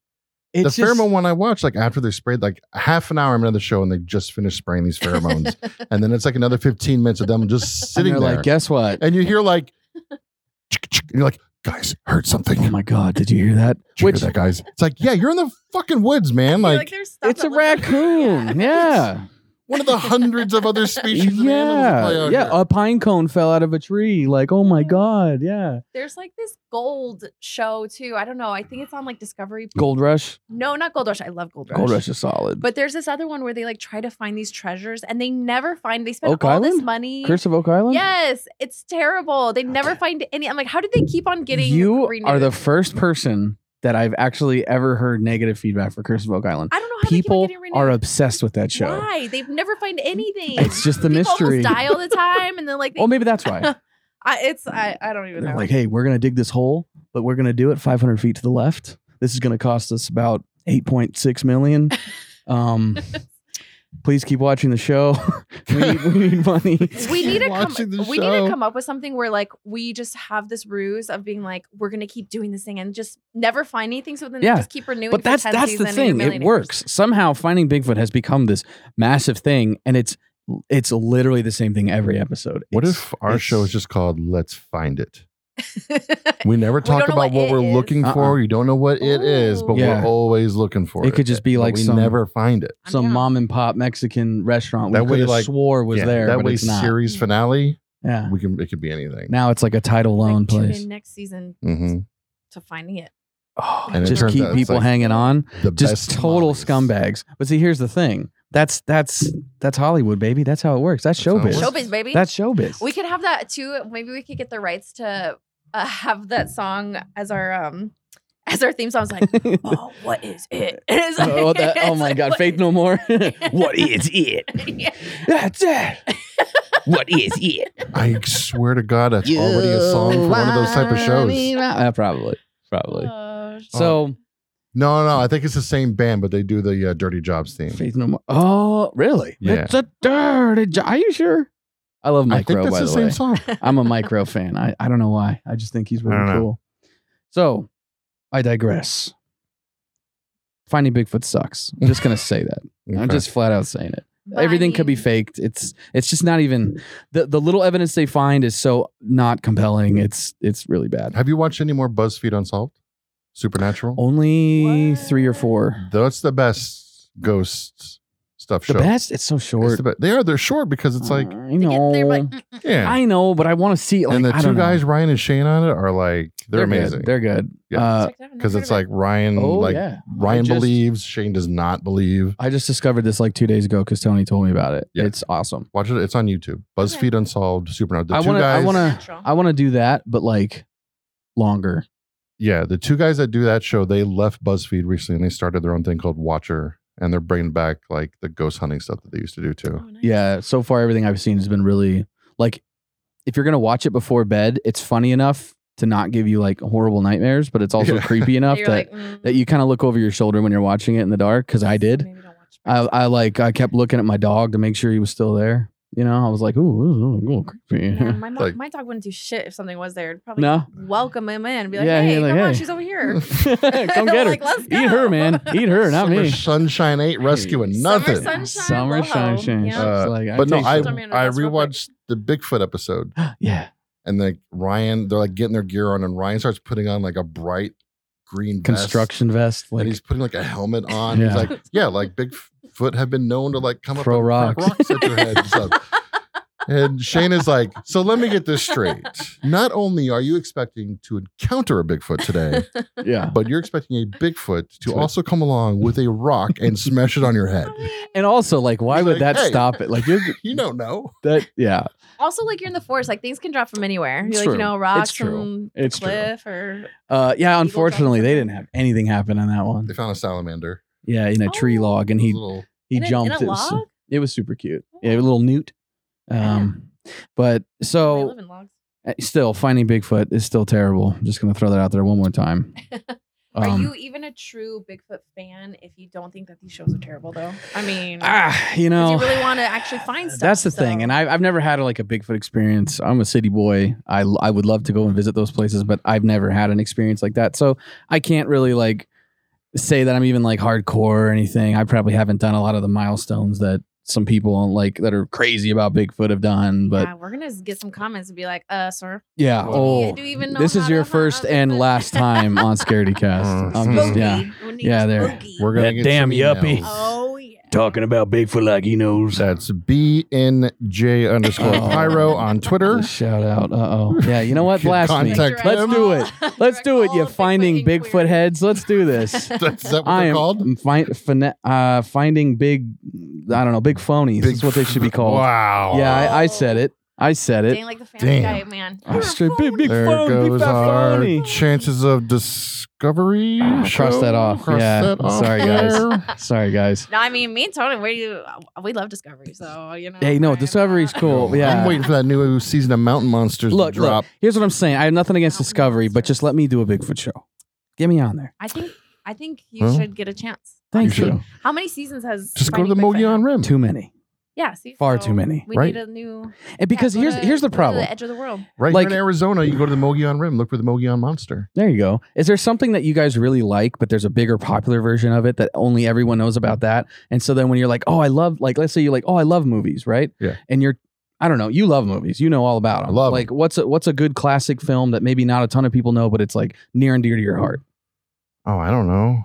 S3: it's
S1: the pheromone one I watched, like after they sprayed like half an hour into the show and they just finished spraying these pheromones. and then it's like another 15 minutes of them just
S3: and
S1: sitting
S3: you're
S1: there.
S3: like guess what?
S1: and you hear like, chick, chick, and you're like, guys, heard something.
S3: Oh my god, did you hear that?
S1: Did you hear that, guys? It's like, yeah, you're in the fucking woods, man.
S2: You're
S1: Like
S2: there's stuff
S3: it's
S2: that
S3: a
S2: lives in there.
S3: raccoon. Yeah.
S1: one of the hundreds of other species and animals that play
S3: Yeah. um,
S1: out
S3: Yeah,
S1: here.
S3: a pine cone fell out of a tree. Like, oh my god, yeah.
S2: There's like this gold show too. I don't know. I think it's on like Discovery.
S3: Gold Rush.
S2: No, not Gold Rush. I love Gold Rush.
S3: Gold Rush is solid.
S2: But there's this other one where they like try to find these treasures and they never find. They spend
S3: Oak
S2: all this
S3: Island?
S2: money.
S3: Curse of Oak Island?
S2: Yes, it's terrible. They never find any. I'm like, how did they keep on getting?
S3: you are
S2: renewed?
S3: the first person that I've actually ever heard negative feedback for Curse of Oak Island.
S2: I don't know how
S3: People
S2: they keep on getting
S3: are
S2: renewed.
S3: obsessed with that show.
S2: Why? They never find anything.
S3: It's just the
S2: People
S3: mystery.
S2: almost die all the time, and then like, they,
S3: Well, maybe that's why.
S2: I, it's I, I don't even
S3: They're
S2: know.
S3: like, hey, we're gonna dig this hole, but we're gonna do it 500 feet to the left. This is gonna cost us about 8.6 million. Um, please keep watching the show. we, need, we need money.
S2: we need to
S1: Watching the
S2: come, we need
S1: show.
S2: to come up with something where like we just have this ruse of being like we're gonna keep doing this thing and just never find anything so then they
S3: Yeah.
S2: just keep renewing
S3: But
S2: for
S3: that's
S2: 10
S3: that's the
S2: seasons and you're
S3: thing. It
S2: millionaires.
S3: works somehow. Finding Bigfoot has become this massive thing, and it's it's literally the same thing every episode.
S1: What
S3: It's-
S1: if our
S3: it's-
S1: show is just called Let's Find It?
S3: Eh,
S1: We never talk
S2: don't know
S1: about what,
S2: what it
S1: we're
S2: is.
S1: looking for. You don't know what it is, but
S3: Uh-uh. Yeah.
S1: we're always looking for it.
S3: It could just be
S1: But
S3: like
S1: we
S3: some-
S1: never find it.
S2: I'm
S3: some
S2: down.
S3: mom and pop Mexican restaurant we
S1: That way,
S3: could have
S1: like-
S3: swore was
S1: Yeah,
S3: there,
S1: That
S3: but
S1: way,
S3: it's not.
S1: series finale,
S3: yeah.
S1: we can. It could be anything.
S3: Now it's like a title
S2: Like,
S3: loan
S2: tune in
S3: place.
S2: next season
S1: hmm
S2: to finding it.
S3: Oh,
S1: And it
S3: just
S1: turns
S3: keep
S1: out it's
S3: people
S1: like
S3: hanging on.
S1: The
S3: Just
S1: best
S3: total
S1: tamales.
S3: scumbags. But see, here's the thing. That's that's that's Hollywood, baby. That's how it works. That's
S1: That's how it
S3: showbiz.
S1: works.
S2: Showbiz baby.
S3: That's showbiz.
S2: we could have that too. Maybe we could get the rights to uh, have that song as our um as our theme song. It's like, oh, what is it? It's like-
S3: oh, that- oh
S2: it's
S3: my
S2: like,
S3: God,
S2: what
S3: faith
S2: is
S3: no more.
S2: it?
S3: what is it?
S2: Yeah.
S3: That's it. What is it?
S1: I swear to God, that's already a song for one of those type of shows.
S3: Uh, probably, probably.
S2: Oh, sh-
S3: so
S1: No, no, I think it's the same band, but they do the uh, Dirty Jobs theme.
S3: Faith No More. Oh, really?
S1: Yeah.
S3: It's a dirty job. Are you sure? I love
S1: I think
S3: Micro,
S1: that's
S3: by
S1: the,
S3: the,
S1: same
S3: way.
S1: song.
S3: I'm a Micro fan. I, I don't know why. I just think he's
S1: I don't
S3: really
S1: know.
S3: cool. So I digress. Finding Bigfoot sucks. I'm just gonna say that. I'm
S1: Okay.
S3: just flat out saying it.
S2: but I
S3: Everything could be
S2: mean,
S3: faked. It's it's just not even the, the little evidence they find is so not compelling. It's it's really bad.
S1: Have you watched any more BuzzFeed Unsolved?
S3: Oh.
S1: Supernatural?
S3: Only
S2: What?
S3: three or four.
S1: That's the best ghost stuff
S3: The
S1: show.
S3: best. It's so
S1: It's
S3: short. Uh,
S1: the best. They are. They're short because it's like,
S3: you
S2: They
S3: know.
S2: get there, but mm, mm,
S1: yeah.
S3: I know, but I want to see it. Like,
S1: and the
S3: I
S1: two
S3: don't know.
S1: guys, Ryan and Shane, on it are like they're,
S3: good.
S1: amazing.
S3: They're good.
S1: Yeah.
S3: Uh,
S2: check that out. Never
S1: because
S2: heard
S1: it's
S2: of it.
S1: like Ryan,
S3: oh
S1: like
S3: yeah. I
S1: Ryan
S3: just-
S1: believes, Shane does not believe.
S3: I just discovered this like two days ago because Tony told me about it.
S1: Yeah.
S3: It's awesome.
S1: Watch it. It's on YouTube. BuzzFeed Unsolved, Supernatural. The
S3: I
S1: 2
S3: wanna- I
S1: guys,
S3: wanna-
S2: Natural.
S3: I want to do that, but like longer.
S1: yeah, the two guys that do that show, they left BuzzFeed recently and they started their own thing called Watcher, and they're bringing back like the ghost hunting stuff that they used to do
S2: Oh,
S1: too.
S2: nice.
S3: Yeah. So far, everything I've seen has been really like. If you're gonna watch it before bed, it's funny enough to not give you like horrible nightmares, but it's also
S1: Yeah.
S3: creepy enough
S2: You're like,
S3: that
S2: mm,
S3: that you kind of look over your shoulder when you're watching it in the dark. Because I did.
S2: maybe don't watch
S3: I, I like uh, I kept looking at my dog to make sure he was still there. You know, I was like, ooh, this is a little creepy.
S2: Yeah, my, mo-
S1: Like-
S2: my dog wouldn't do shit if something was there. It'd Probably
S3: No.
S2: welcome him in. Be like,
S3: Yeah,
S2: hey,
S3: he'd
S2: come
S3: like,
S2: on,
S3: hey."
S2: she's over here.
S3: Come get her.
S2: Like, "Let's
S3: Eat her,
S2: go."
S3: man. Eat her, not
S1: Summer
S3: me.
S1: Sunshine ain't rescuing nothing.
S2: Summer sunshine.
S3: Summer
S2: Wilhelm,
S3: sunshine.
S2: yeah.
S1: Uh,
S3: It's like, I
S1: but no,
S3: take
S1: I
S3: some-
S1: I rewatched the Bigfoot episode,
S3: yeah,
S1: and like Ryan, they're like getting their gear on, and Ryan starts putting on like a bright green vest,
S3: construction vest. Like,
S1: and he's putting like a helmet on.
S3: Yeah.
S1: He's like, yeah, like Bigfoot have been known to like come
S3: Throw
S1: up and
S3: rocks.
S1: crack rocks at your head and stuff. And Shane is like, so let me get this straight. Not only are you expecting to encounter a Bigfoot today,
S3: yeah.
S1: but you're expecting a Bigfoot to
S3: To it.
S1: also come along with a rock and smash it on your head.
S3: And also, like, why
S1: He's
S3: would
S1: like,
S3: that
S1: "Hey."
S3: stop it? Like, you're
S1: You don't know.
S3: that, yeah,
S2: Also, like you're in the forest, like things can drop from anywhere. You're
S3: It's
S2: like,
S3: true.
S2: you know, rocks
S3: It's true.
S2: from
S3: It's true.
S2: cliff or
S3: uh, yeah.
S2: Eagle
S3: Unfortunately,
S2: Dog.
S3: they didn't have anything happen on that one.
S1: They found a salamander.
S3: Yeah, in a tree
S2: Oh.
S3: log, and
S1: It was a
S3: he
S1: little-
S3: he
S2: in a- in
S3: jumped.
S2: a
S3: It was-
S2: log?
S3: It was super cute.
S2: Oh.
S3: Yeah, a little newt. Um, but
S2: They
S3: so
S2: live in logs.
S3: Uh, still finding Bigfoot is still terrible. I'm just gonna throw that out there one more time.
S2: are
S3: Um,
S2: you even a true Bigfoot fan if you don't think that these shows are terrible though? I mean
S3: ah,
S2: 'cause
S3: you know,
S2: you really want to actually find stuff.
S3: that's the thing.
S2: so-
S3: And I, I've never had like a Bigfoot experience. I'm a city boy. I I would love to go and visit those places, but I've never had an experience like that. So I can't really like say that I'm even like hardcore or anything. I probably haven't done a lot of the milestones that some people like that are crazy about Bigfoot have done. But
S2: yeah, we're gonna get some comments and be like, uh, sir.
S3: yeah,
S1: Do you-
S3: oh,
S2: do you even know
S3: this
S2: how
S3: is
S2: to
S3: your
S2: hunt
S3: first
S2: a
S3: and
S2: Bigfoot?
S3: last time on Scaredy Cast. I'm just
S1: Spooky.
S3: yeah. Yeah, there.
S1: We're
S3: That
S1: gonna get
S3: damn
S1: some
S3: yuppie.
S1: emails.
S2: Oh yeah.
S3: about Bigfoot like he knows.
S1: That's BNJ underscore
S3: Oh.
S1: Pyro on Twitter.
S3: Just shout out. Uh oh. Yeah. You know what?
S1: Good
S3: Blast me.
S1: contact.
S3: Let's do it. Let's do it. You finding Bigfoot heads. Let's do this.
S1: That's, is that what
S3: I
S1: they're
S3: am
S1: called?
S3: I'm fi- fina- uh, finding big. I don't know. Big phonies. That's what they should be called.
S1: Wow.
S3: Yeah, I, I said it. I said it.
S2: Dang, like the family
S1: Damn.
S2: guy, man.
S3: I'm straight big, big
S1: There
S3: phone, big
S1: goes
S3: fat
S1: our
S3: phony.
S1: chances of discovery.
S3: Ah, cross
S1: show.
S3: that off. Yeah, sorry, guys.
S1: there.
S3: Sorry, guys.
S2: No, I mean, me and Tony, we do, we love Discovery, so you know.
S3: Hey, no,
S2: I'm
S3: Discovery's
S2: not-
S3: cool.
S1: I'm
S3: Yeah.
S1: waiting for that new season of Mountain Monsters
S3: Look,
S1: to drop. Oh,
S3: look. Here's what I'm saying. I have nothing against
S2: Mountain
S3: Discovery, but just let me do a Bigfoot show. Get me on there.
S2: I think I think you
S1: Huh?
S2: should get a chance.
S3: Thank
S1: You
S3: you.
S1: should.
S2: How many seasons has?
S1: Just go to the
S2: Finding Bigfoot
S1: Mogollon
S2: now?
S1: Rim.
S3: Too many.
S2: Yeah, see,
S3: Far
S2: so
S3: too many.
S2: We
S1: Right.
S2: need a new.
S3: And because
S2: yeah, go
S3: here's
S2: to-
S3: here's
S1: uh,
S3: the
S2: go to
S3: problem.
S2: the edge of the world.
S1: Right
S3: Like-
S1: here in Arizona, you go to the Mogollon Rim. Look for the Mogollon Monster.
S3: There you go. Is there something that you guys really like, but there's a bigger popular version of it that only everyone knows about that? And so then when you're like, oh, I love, like, let's say you're like, oh, I love movies, right?
S1: Yeah.
S3: And you're, I don't know, you love movies, you know all about them.
S1: I love 'em.
S3: like, what's a what's a good classic film that maybe not a ton of people know, but it's like near and dear to your heart.
S1: Oh, I don't know.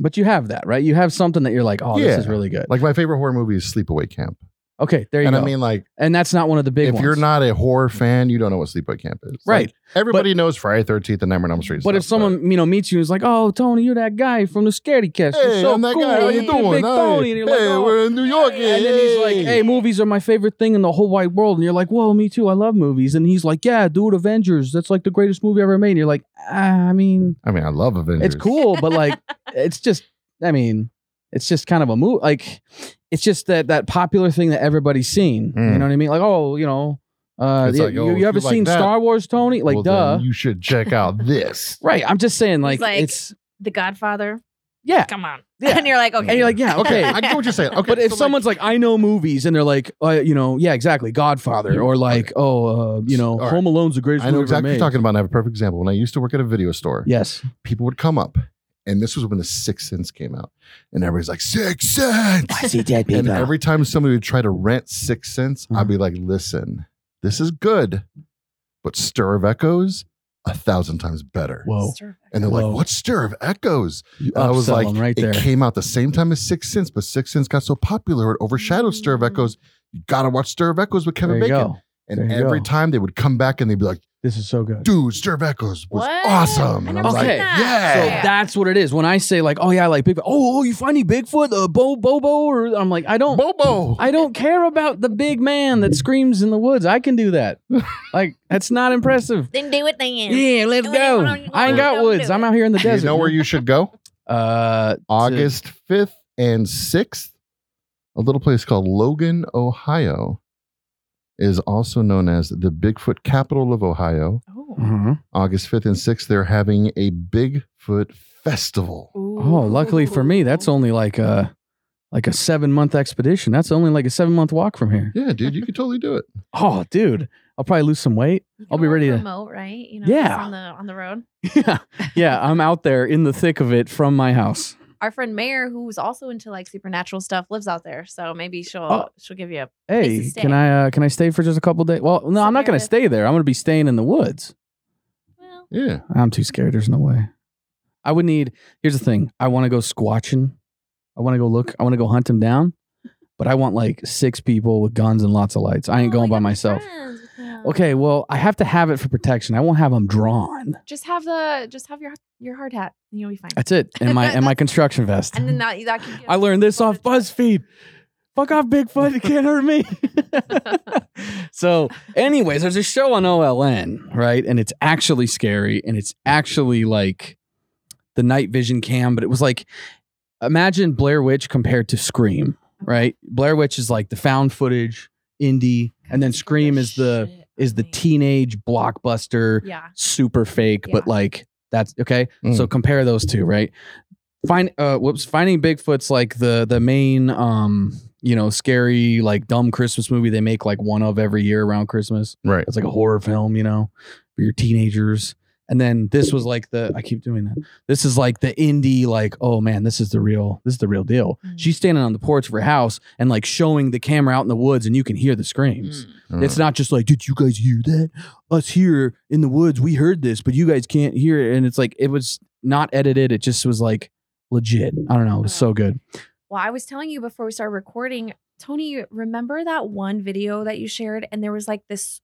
S3: But you have that, right? You have something that you're like, oh, this
S1: Yeah.
S3: is really good.
S1: Like my favorite horror movie is Sleepaway Camp.
S3: Okay, there you
S1: And
S3: go.
S1: I mean, like,
S3: and that's not one of the big
S1: if
S3: ones.
S1: you're not a horror fan, you don't know what Sleepaway Camp is. Like,
S3: right,
S1: everybody knows Friday Thirteenth and Nightmare on Elm Street.
S3: but if
S1: stuff,
S3: someone you know meets you and is like, "Oh, Tony, you're that guy from the Scaredy Cast. you're
S1: hey,
S3: so
S1: I'm that
S3: cool.
S1: guy. How you
S3: Big
S1: doing?
S3: Tony,"
S1: Hey,
S3: and you're like,
S1: hey,
S3: "Oh,
S1: we're in New York.
S3: And then he's like, "Hey, movies are my favorite thing in the whole wide world." And you're like, "Whoa, me too. I love movies." And he's like, "Yeah, dude, Avengers. That's like the greatest movie ever made." And you're like, ah, "I mean,
S1: I mean, I love Avengers.
S3: it's cool, but like, it's just. I mean, it's just kind of a movie. Like, it's just that that popular thing that everybody's seen. You
S1: Mm.
S3: know what I mean? Like, oh, you know, uh,
S1: It's
S3: yeah,
S1: like,
S3: you,
S1: oh, if
S3: you
S1: you
S3: ever
S1: like
S3: seen
S1: that,
S3: Star Wars, Tony? Like,
S1: Well,
S3: duh."
S1: then You should check out this.
S3: Right, I'm just saying, like,
S2: like-
S3: it's
S2: The Godfather.
S3: yeah,
S2: Come on.
S3: Yeah.
S2: And you're like, okay.
S3: and you're like, yeah,
S1: Okay,
S3: okay,
S1: I get what you're saying. Okay,
S3: but if
S1: so, like,
S3: someone's like, I know movies, and they're like, uh, you know, yeah, exactly, Godfather, or like,
S1: Okay.
S3: oh, uh, you know,
S1: All right.
S3: Home Alone's the greatest
S1: I know
S3: movie
S1: exactly what
S3: ever
S1: you're
S3: made.
S1: talking about. And I have a perfect example. When I used to work at a video store,
S3: Yes,
S1: people would come up, and this was when The Sixth Sense came out, and everybody's like, Sixth Sense.
S3: see dead
S1: And every time somebody would try to rent Sixth Sense,
S3: Uh-huh.
S1: I'd be like, listen, this is good, but Stir of Echoes a thousand times better.
S3: Whoa.
S2: Stir-
S1: And they're
S3: Whoa.
S1: like, "What stir of echoes?" And I was
S3: Upsell
S1: like,
S3: 'em right there.
S1: "It came out the same time as Six Sense, but Six Sense got so popular it overshadowed Stir of
S2: Mm.
S1: Echoes. You gotta watch Stir of Echoes with
S3: there
S1: Kevin
S3: you
S1: Bacon."
S3: go.
S1: And
S3: There you
S1: every
S3: go.
S1: time they would come back and they'd be like,
S3: This is so good.
S1: "Dude, Stir of Echoes was
S2: What?
S1: awesome." And
S2: I
S1: I
S2: never
S1: was
S3: seen
S1: like,
S2: that.
S3: So
S1: "Yeah."
S2: Yeah.
S3: that's what it is. When I say like, oh yeah, I like Bigfoot. Oh, oh, you finding Bigfoot, uh, Bo Bobo, or I'm like, I don't,
S1: Bobo.
S3: I don't care about the big man that screams in the woods. I can do that. like that's not impressive.
S2: Then do it then.
S3: Yeah, let's
S2: Do whatever
S3: go.
S2: you want,
S3: I ain't
S2: go
S3: got
S2: do
S3: woods.
S2: it.
S3: I'm out here in the
S1: Do you
S3: desert.
S1: know where you should go?
S3: Uh, to-
S1: August 5th and 6th, a little place called Logan, Ohio, is also known as the Bigfoot capital of Ohio.
S2: Oh.
S3: Mhm.
S1: August 5th and 6th, they're having a Bigfoot festival.
S3: Oh, luckily for me, that's only like a like a seven month expedition. That's only like a seven month walk from here.
S1: Yeah, dude, you could totally do it.
S3: Oh, dude, I'll probably lose some weight.
S2: You
S3: I'll
S2: can
S3: be
S2: work
S3: ready to-
S2: remote, right? You know, just
S3: Yeah.
S2: on the on the road.
S3: yeah, yeah, I'm out there in the thick of it from my house.
S2: Our friend Mayor, who's also into like supernatural stuff, lives out there, so maybe she'll
S3: Oh.
S2: she'll give you a Place to
S3: Hey,
S2: stay.
S3: can I uh, can I stay for just a couple days? Well, no, I'm
S2: Somewhere
S3: not going to
S2: with-
S3: stay there. I'm going to be staying in the woods.
S2: well.
S1: Yeah.
S3: I'm too scared. There's no way. I would need. Here's the thing. I want to go squatching. I want to go look. I want to go hunt him down. But I want like six people with guns and lots of lights. I ain't
S2: Oh,
S3: going by
S2: like, I'm
S3: myself.
S2: friends with them.
S3: Okay, well, I have to have it for protection. I won't have them drawn.
S2: Just have the just have your your hard hat, and you'll be fine.
S3: That's it. And my and my construction vest.
S2: And then that that can. give
S3: I learned this
S2: people
S3: off
S2: the-
S3: BuzzFeed. Fuck off, Bigfoot. It can't hurt me. so, anyways, there's a show on OLN, right? And it's actually scary and it's actually like the night vision cam, but it was like imagine Blair Witch compared to Scream, right? Blair Witch is like the found footage, indie, and then
S2: Scared
S3: Scream is the
S2: shit out
S3: is
S2: of
S3: the
S2: me.
S3: teenage blockbuster
S2: Yeah.
S3: super fake, but
S2: Yeah.
S3: like that's okay.
S1: Mm.
S3: So compare those two, right? Find uh whoops, finding Bigfoot's like the the main um you know scary like dumb Christmas movie they make like one of every year around Christmas.
S1: Right.
S3: It's like a horror film, you know, for your teenagers. And then this was like the I keep doing that. This is like the indie like oh man, this is the real this is the real deal.
S2: Mm.
S3: She's standing on the porch of her house and like showing the camera out in the woods and you can hear the screams.
S2: Mm.
S3: It's not just like, did you guys hear that? Us here in the woods, we heard this, but you guys can't hear it. And it's like, it was not edited. It just was like legit. I don't know. It was so good.
S2: Well, I was telling you before we started recording, Tony, remember that one video that you shared and there was like this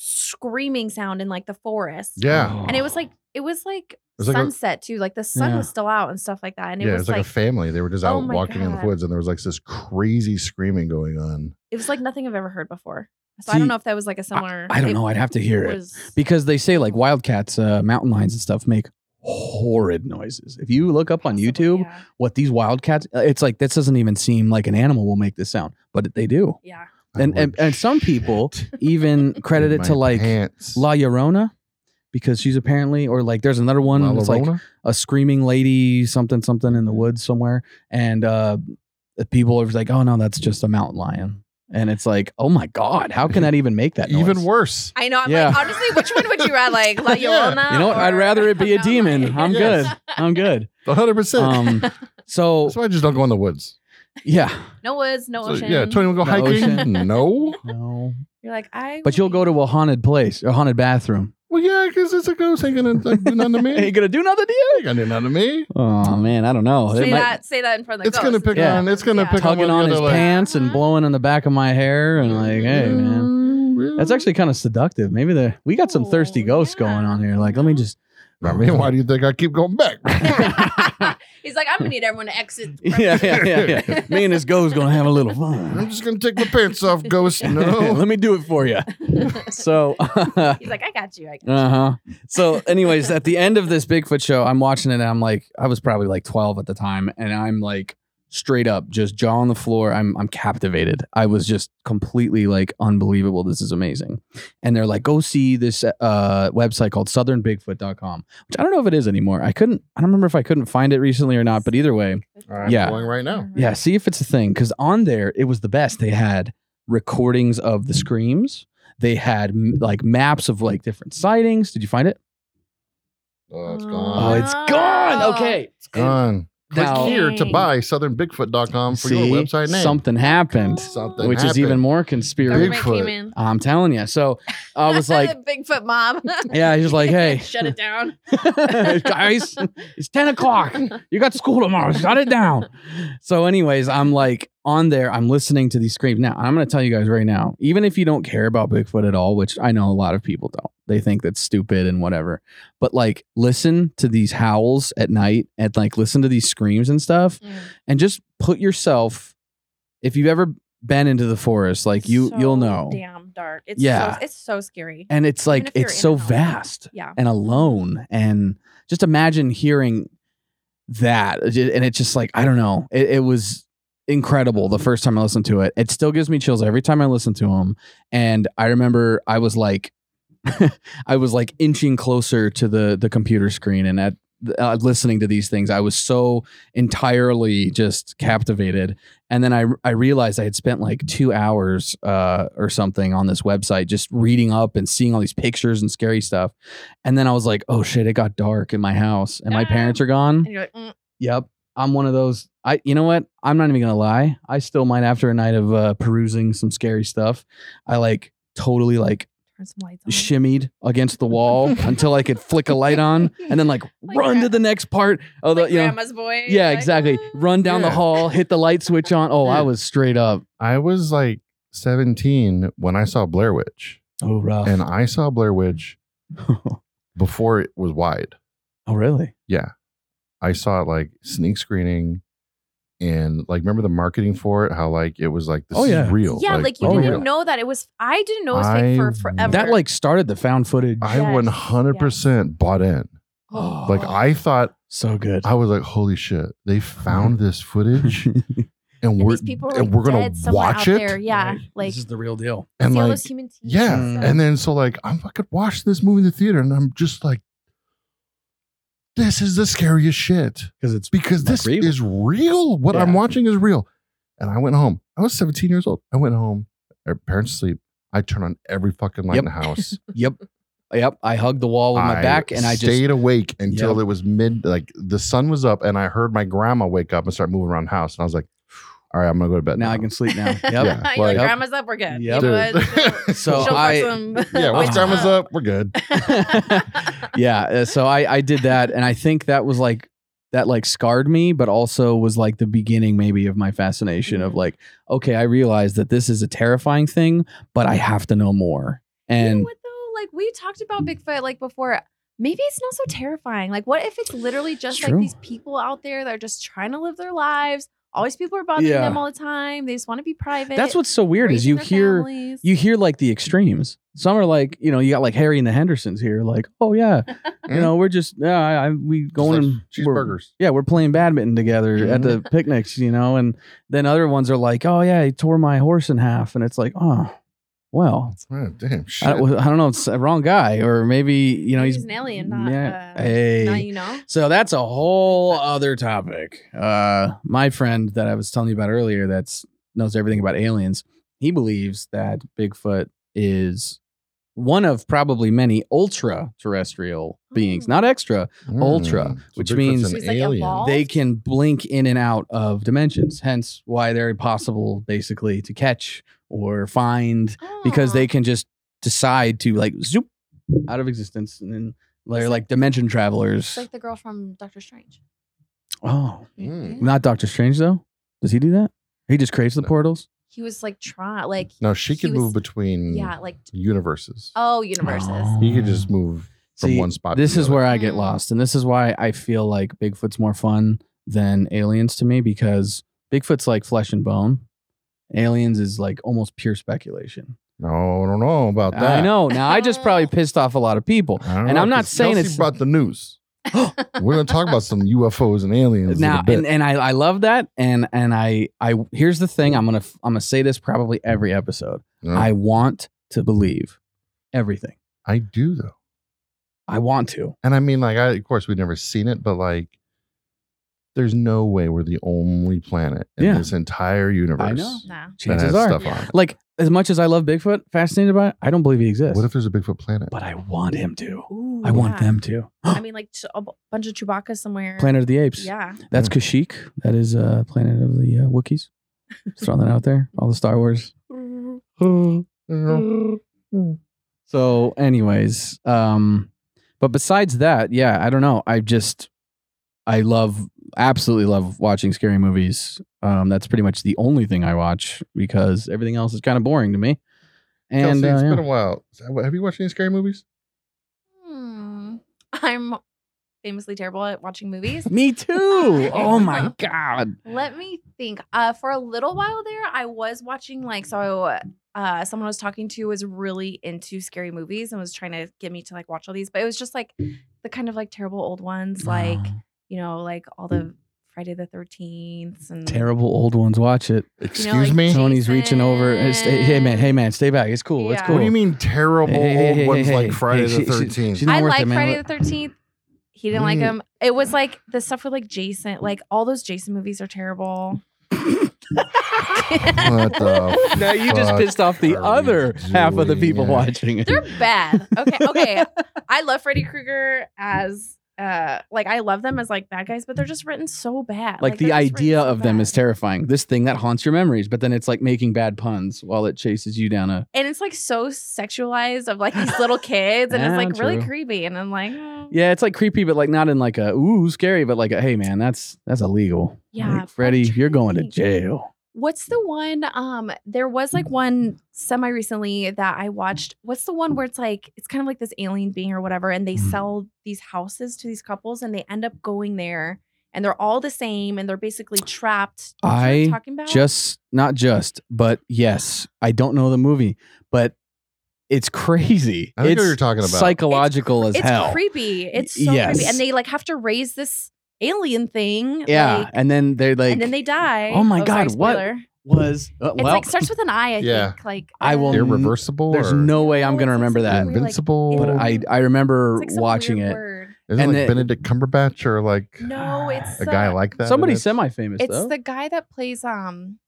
S2: screaming sound in like the forest.
S1: yeah.
S2: And it was like it was like
S1: was like a-
S2: sunset too. Like the sun
S3: Yeah.
S2: was still out and stuff like that. And it
S1: yeah,
S2: was
S1: it's like,
S2: like,
S1: a family. They were just
S2: Oh
S1: out
S2: my
S1: walking in the
S2: God.
S1: woods and there was like this crazy screaming going on.
S2: it was like nothing I've ever heard before. So I don't
S3: See,
S2: know if that was like a similar
S3: I don't
S2: it
S3: know. I'd have to hear it
S2: was-
S3: because they say like wildcats, uh, mountain lions and stuff make horrid noises. If you look up on
S2: possibly,
S3: YouTube
S2: oh, Yeah.
S3: what these wildcats, uh, it's like, this doesn't even seem like an animal will make this sound, but they do.
S2: yeah.
S3: And- and- and some people even credit it to like
S1: pants.
S3: La Llorona because she's apparently, or like there's another one
S1: La
S3: that's like,
S1: Llorona?
S3: a screaming lady, something, something in the
S1: Mm-hmm.
S3: woods somewhere. And uh, the people are like, oh, no, that's just a mountain lion. And it's like, oh my God, how can that even make that noise?
S1: even worse.
S2: I know. I'm
S3: Yeah.
S2: like, honestly, which one would you rather like La
S1: Yeah.
S2: Llorona?
S3: You know what? I'd
S2: or-
S3: rather it be a
S2: No,
S3: demon.
S2: like-
S3: I'm good. I'm good.
S1: 100%.
S3: Um, so,
S1: That's why I just don't go in the woods.
S3: yeah.
S2: No woods, no
S1: So,
S2: ocean.
S1: yeah, Tony will go
S3: The
S1: hiking.
S3: ocean.
S1: No.
S3: No.
S2: You're like, I
S3: But you'll go to a haunted place, a haunted bathroom.
S1: Well, yeah, because it's a ghost. Ain't gonna like, do nothing to me.
S3: Ain't gonna do nothing to you.
S1: Ain't gonna do nothing to me.
S3: Oh, man. I don't know. It
S2: say
S3: might-
S2: that say that in front of the
S1: It's gonna
S2: ghost.
S1: pick
S3: Yeah.
S1: on. It's gonna
S2: Yeah.
S1: pick
S3: tugging
S1: on, one
S3: on
S1: of the
S3: his
S1: other, Mm-hmm. like,
S3: pants and
S2: Uh-huh.
S3: blowing on the back of my hair and like, hey, man.
S2: Mm.
S1: man,
S3: That's actually kind of seductive. Maybe the we got some thirsty
S2: Oh,
S3: ghosts
S2: yeah.
S3: going on here. Like, let me just.
S1: I mean, why do you think I keep going back?
S2: He's like, I'm gonna need everyone to exit.
S3: yeah, yeah, yeah, yeah. Me and this ghost gonna have a little fun.
S1: I'm just gonna take my pants off, ghost. No.
S3: let me do it for you. So. uh
S2: He's like, I got you. I got
S3: huh. Uh-huh. So, anyways, at the end of this Bigfoot show, I'm watching it and I'm like, I was probably like 12 at the time, and I'm like straight up just jaw on the floor. I'm I'm captivated. I was just completely like unbelievable. This is amazing. And they're like, go see this uh, website called southernbigfoot.com, which I don't know if it is anymore. I couldn't. I don't remember if I couldn't find it recently or not. But either way,
S1: I'm
S3: Yeah.
S1: going right now.
S3: yeah, see if it's a thing. Because on there, it was the best. They had recordings of the screams. They had m- like maps of like different sightings. Did you find it?
S1: Oh, it's
S2: Oh.
S3: Oh,
S1: gone.
S3: it's gone. Okay,
S1: it's gone. Click
S3: Now-
S1: here to
S2: Dang.
S1: buy southernbigfoot.com for
S3: See,
S1: your website name.
S3: something happened,
S1: Something
S3: which is
S1: happened.
S3: even more
S2: Government
S3: conspiracy.
S1: Big-
S2: came
S1: Bigfoot.
S2: in.
S3: I'm telling you. So I was like,
S2: Bigfoot mom.
S3: yeah, he's like, hey,
S2: Shut it down. Mm.
S3: guys, it's 10 o'clock. You got school tomorrow. Shut it down. So, anyways, I'm like on there. I'm listening to these screams. Now, I'm going to tell you guys right now, even if you don't care about Bigfoot at all, which I know a lot of people don't, they think that's stupid and whatever. But like, listen to these howls at night and like listen to these screams and stuff
S2: Mm.
S3: and just put yourself, if you've ever been into the forest, like you,
S2: So
S3: you'll know.
S2: Damn dark. It's
S3: Yeah.
S2: so, it's so scary.
S3: And it's like,
S2: if you're
S3: it's
S2: in
S3: so
S2: and out.
S3: vast
S2: Yeah.
S3: and alone and just imagine hearing that and it's just like i don't know it, it was incredible the first time i listened to it it still gives me chills every time i listen to them and i remember i was like i was like inching closer to the the computer screen and at uh, listening to these things i was so entirely just captivated and then i i realized i had spent like 2 hours uh or something on this website just reading up and seeing all these pictures and scary stuff and then I was like, oh shit, it got dark in my house and my
S2: Ah.
S3: parents are gone.
S2: And you're like, mm,
S3: Yep. I'm one of those. I, you know what? I'm not even gonna lie. I still might after a night of uh, perusing some scary stuff. I like totally like
S2: turn some lights on.
S3: shimmied against the wall until I could flick a light on and then like,
S2: Like
S3: run to
S2: gra-
S3: the next part of
S2: like
S3: the, you know,
S2: grandma's voice.
S3: yeah,
S2: like,
S3: exactly.
S2: "Ah."
S3: Run down the
S1: Yeah.
S3: hall, hit the light switch on. Oh, I
S1: Yeah.
S3: was straight up.
S1: I was like 17 when I saw Blair Witch,
S3: Oh, rough.
S1: and I saw Blair Witch
S3: oh,
S1: before it was wide.
S3: really?
S1: Yeah. I saw it like sneak screening and like remember the marketing for it? How like it was like this
S3: Oh, yeah.
S1: is real.
S2: Yeah, like, you
S3: oh,
S2: didn't
S3: yeah.
S2: know that it was. I didn't know it was fake
S1: I-
S2: for forever.
S3: That like started the found footage.
S1: I
S2: Yes,
S1: 100% bought in.
S2: Oh.
S1: Like I thought
S3: so good.
S1: I was like, holy shit, they
S3: Mm-hmm.
S1: found this footage and
S2: and
S1: we're
S2: these people are
S1: and
S2: like,
S1: we're gonna
S2: dead somewhere
S1: watch
S2: out
S1: it
S2: There. Yeah,
S3: Right. Mm.
S2: like
S3: this is the real deal.
S1: and
S2: see all
S1: like
S2: those human teeth.
S1: yeah.
S3: Mm-hmm.
S2: and stuff.
S1: And then so like I'm fucking watch this movie in the theater and I'm just like, this is the scariest shit.
S3: Because it's
S1: because
S3: Like
S1: this
S3: real.
S1: is real. What
S3: Yeah.
S1: I'm watching is real. And I went home. I was 17 years old. I went home. Our parents sleep. I turn on every fucking light
S3: Yep.
S1: in the house.
S3: Yep. Yep. I hugged the wall with my
S1: I
S3: back and I
S1: stayed
S3: just
S1: awake until
S3: Yep.
S1: it was mid. Like the sun was up, and I heard my grandma wake up and start moving around the house. And I was like, "All right, I'm gonna go to bed."
S3: now I can sleep now. Yep.
S1: Yeah,
S2: You're like,
S1: like-
S2: grandma's up. We're good.
S3: Yep.
S1: Dude.
S2: You know what?
S3: So
S2: She'll Uh-huh.
S3: I-
S2: fuck some- uh,
S1: yeah, once
S3: Wow.
S1: grandma's up, we're good.
S3: yeah. uh, So I I did that and I think that was like that like scarred me, but also was like the beginning maybe of my fascination of like, okay, I realized that this is a terrifying thing, but I have to know more.
S2: you know
S3: And
S2: what though? Like we talked about Bigfoot like before. Maybe it's not so terrifying. Like, what if it's literally just like
S3: true.
S2: these people out there that are just trying to live their lives? Always people are bothering
S3: Yeah.
S2: them all the time. They just want to be private.
S3: that's what's so weird is
S2: raising
S3: you
S2: their
S3: hear
S2: families.
S3: you hear like the extremes. Some are like, you know, you got like Harry and the Hendersons here, like, oh yeah, you know, we're just yeah, I, I we going and
S1: Just like
S3: we're-
S1: cheeseburgers. Mm-hmm.
S3: yeah, we're playing badminton together at the picnics, you know, and then other ones are like, oh yeah, he tore my horse in half, and it's like, oh, well,
S1: Oh, damn shit.
S3: I, don't- I don't know, it's the wrong guy, or maybe you know
S2: Maybe
S3: he's,
S2: he's an alien, not, uh,
S3: hey.
S2: now you know.
S3: so that's a whole other topic. Uh, my friend that I was telling you about earlier, that's knows everything about aliens. He believes that Bigfoot is one of probably many ultra terrestrial beings,
S2: Oh.
S3: not extra, Ultra,
S1: Hmm. So
S3: which
S1: Bigfoot's
S3: means-
S1: an
S2: He's like
S1: alien.
S2: evolved.
S3: they can blink in and out of dimensions hence why they're impossible basically to catch or find because they can just decide to like zoop out of existence and then they're
S2: It's
S3: like dimension
S2: It's
S3: travelers
S2: like the girl from Doctor Strange.
S3: oh
S1: Mm.
S3: not doctor strange though does he do that he just creates the
S1: No.
S3: portals
S2: He was like trying, like
S1: no, she
S2: he
S1: could
S2: was-
S1: move between
S2: Yeah, like
S1: universes.
S2: oh, universes.
S1: He could
S3: Oh.
S1: just move from
S3: See,
S1: one spot. to
S3: this
S1: the
S3: is
S1: other.
S3: where i get
S2: Mm.
S3: lost and this is why i feel like bigfoot's more fun than aliens to me because bigfoot's like flesh and bone aliens is like almost pure speculation
S1: No, I don't know about that.
S3: I know. Now I just probably pissed off a lot of people.
S1: I don't
S3: And
S1: know,
S3: I'm not
S1: 'cause
S3: saying
S1: Kelsey
S3: it's-
S1: brought the news. We're gonna talk about some UFOs and aliens in
S3: Now
S1: a bit.
S3: and, and I, I love that. And and I I here's the thing. I'm gonna f- I'm gonna say this probably every episode.
S1: You know?
S3: I want to believe everything.
S1: I do though,
S3: I want to.
S1: and I mean, like, I of course we've never seen it, but like, There's no way we're the only planet in
S3: Yeah.
S1: this entire universe
S3: know.
S2: Nah.
S1: that has
S3: Chances are.
S1: stuff on it.
S3: Like as much as I love Bigfoot, fascinated by it, I don't believe he exists.
S1: What if there's a Bigfoot planet?
S3: but I want him to.
S2: Ooh,
S3: I want
S2: yeah.
S3: them to.
S2: I mean, like ch- a b- bunch of Chewbacca somewhere.
S3: Planet of the Apes.
S2: Yeah.
S3: That's Kashyyyk. That is uh, Planet of the uh, Wookiees. Just throwing that out there. All the Star Wars. Mm. So, anyways, um, but besides that, yeah, I don't know. I just, I love, absolutely love watching scary movies. Um, that's pretty much the only thing I watch because everything else is kind of boring to me. And
S1: Kelsey,
S3: uh,
S1: it's
S3: yeah.
S1: been a while. Have you watched any scary movies?
S2: Hmm. I'm famously terrible at watching movies.
S3: me too. Oh my god.
S2: Let me think. Uh, for a little while there, I was watching like so. Uh, someone I was talking to was really into scary movies and was trying to get me to like watch all these, but it was just like the kind of like terrible old ones, like
S3: Oh,
S2: you know, like all the Friday the Thirteenth and
S3: terrible old ones. Watch it.
S1: Excuse
S2: like,
S1: me.
S2: Mm. Jason.
S3: Tony's reaching over. and stay- hey man, hey man, stay back. It's cool. It's
S2: Yeah.
S3: cool.
S1: What do you mean terrible
S3: Hey, hey,
S1: old
S3: hey,
S1: ones
S3: hey,
S1: like
S3: hey.
S1: Friday
S3: Hey,
S1: the
S3: she- she-
S1: Thirteenth?
S3: she- didn't
S2: I
S3: work there,
S2: like
S3: man.
S2: Friday the Thirteenth. He didn't like
S1: Mm.
S2: him. It was like the stuff with like Jason. Like all those Jason movies are terrible.
S1: What the
S3: now you just
S1: fuck
S3: pissed off the
S1: are we
S3: other half of the
S1: doing
S3: people
S1: here?
S3: watching it.
S2: They're bad. Okay, okay. I love Freddy Krueger as uh like I love them as like bad guys, but they're just written so bad.
S3: like the
S2: they're just
S3: idea
S2: written so
S3: of them
S2: bad.
S3: is terrifying. This thing that haunts your memories, but then it's like making bad puns while it chases you down a.
S2: and it's like so sexualized of like these little kids, and
S3: Yeah,
S2: it's like really
S3: true.
S2: creepy. And I'm like, mm,
S3: Yeah, it's like creepy, but like not in like a ooh scary, but like a, hey man, that's that's illegal.
S2: Yeah,
S3: like, Freddie,
S2: I'm
S3: you're going to
S2: trying.
S3: jail.
S2: what's the one? Um, there was like one semi recently that I watched. What's the one where it's like it's kind of like this alien being or whatever, and they
S3: Hmm.
S2: sell these houses to these couples, and they end up going there. And they're all the same, and they're basically trapped. Do you know what I'm
S3: I
S2: talking about?
S3: Just not just, but yes, I don't know the movie, but it's crazy.
S1: I think I know
S3: it's
S1: what you're talking about. It's
S3: psychological as
S2: it's
S3: hell.
S2: creepy. It's so creepy.
S3: Yes.
S2: And they like have to raise this alien thing.
S3: Yeah,
S2: like,
S3: and then they're like,
S2: and then they die.
S3: oh my God, what?
S2: spoiler.
S3: was uh,
S2: It's
S3: well,
S2: like starts with an I, I
S1: Yeah.
S2: think. Like
S3: I will
S2: uh,
S3: never
S1: Irreversible.
S3: there's
S1: or
S3: no way I'm
S2: Oh,
S3: gonna
S2: it's like
S3: remember
S2: something
S3: that.
S2: weird.
S1: Invincible.
S3: But I I
S2: it's
S3: remember
S2: like some
S3: watching
S2: weird
S3: it.
S2: word.
S1: Isn't
S3: and
S1: like
S3: it-
S1: Benedict Cumberbatch or like
S2: No, it's
S1: a guy
S2: uh,
S1: like that?
S3: Somebody
S1: in it?
S3: semi-famous
S2: It's
S3: though.
S2: the guy that plays um,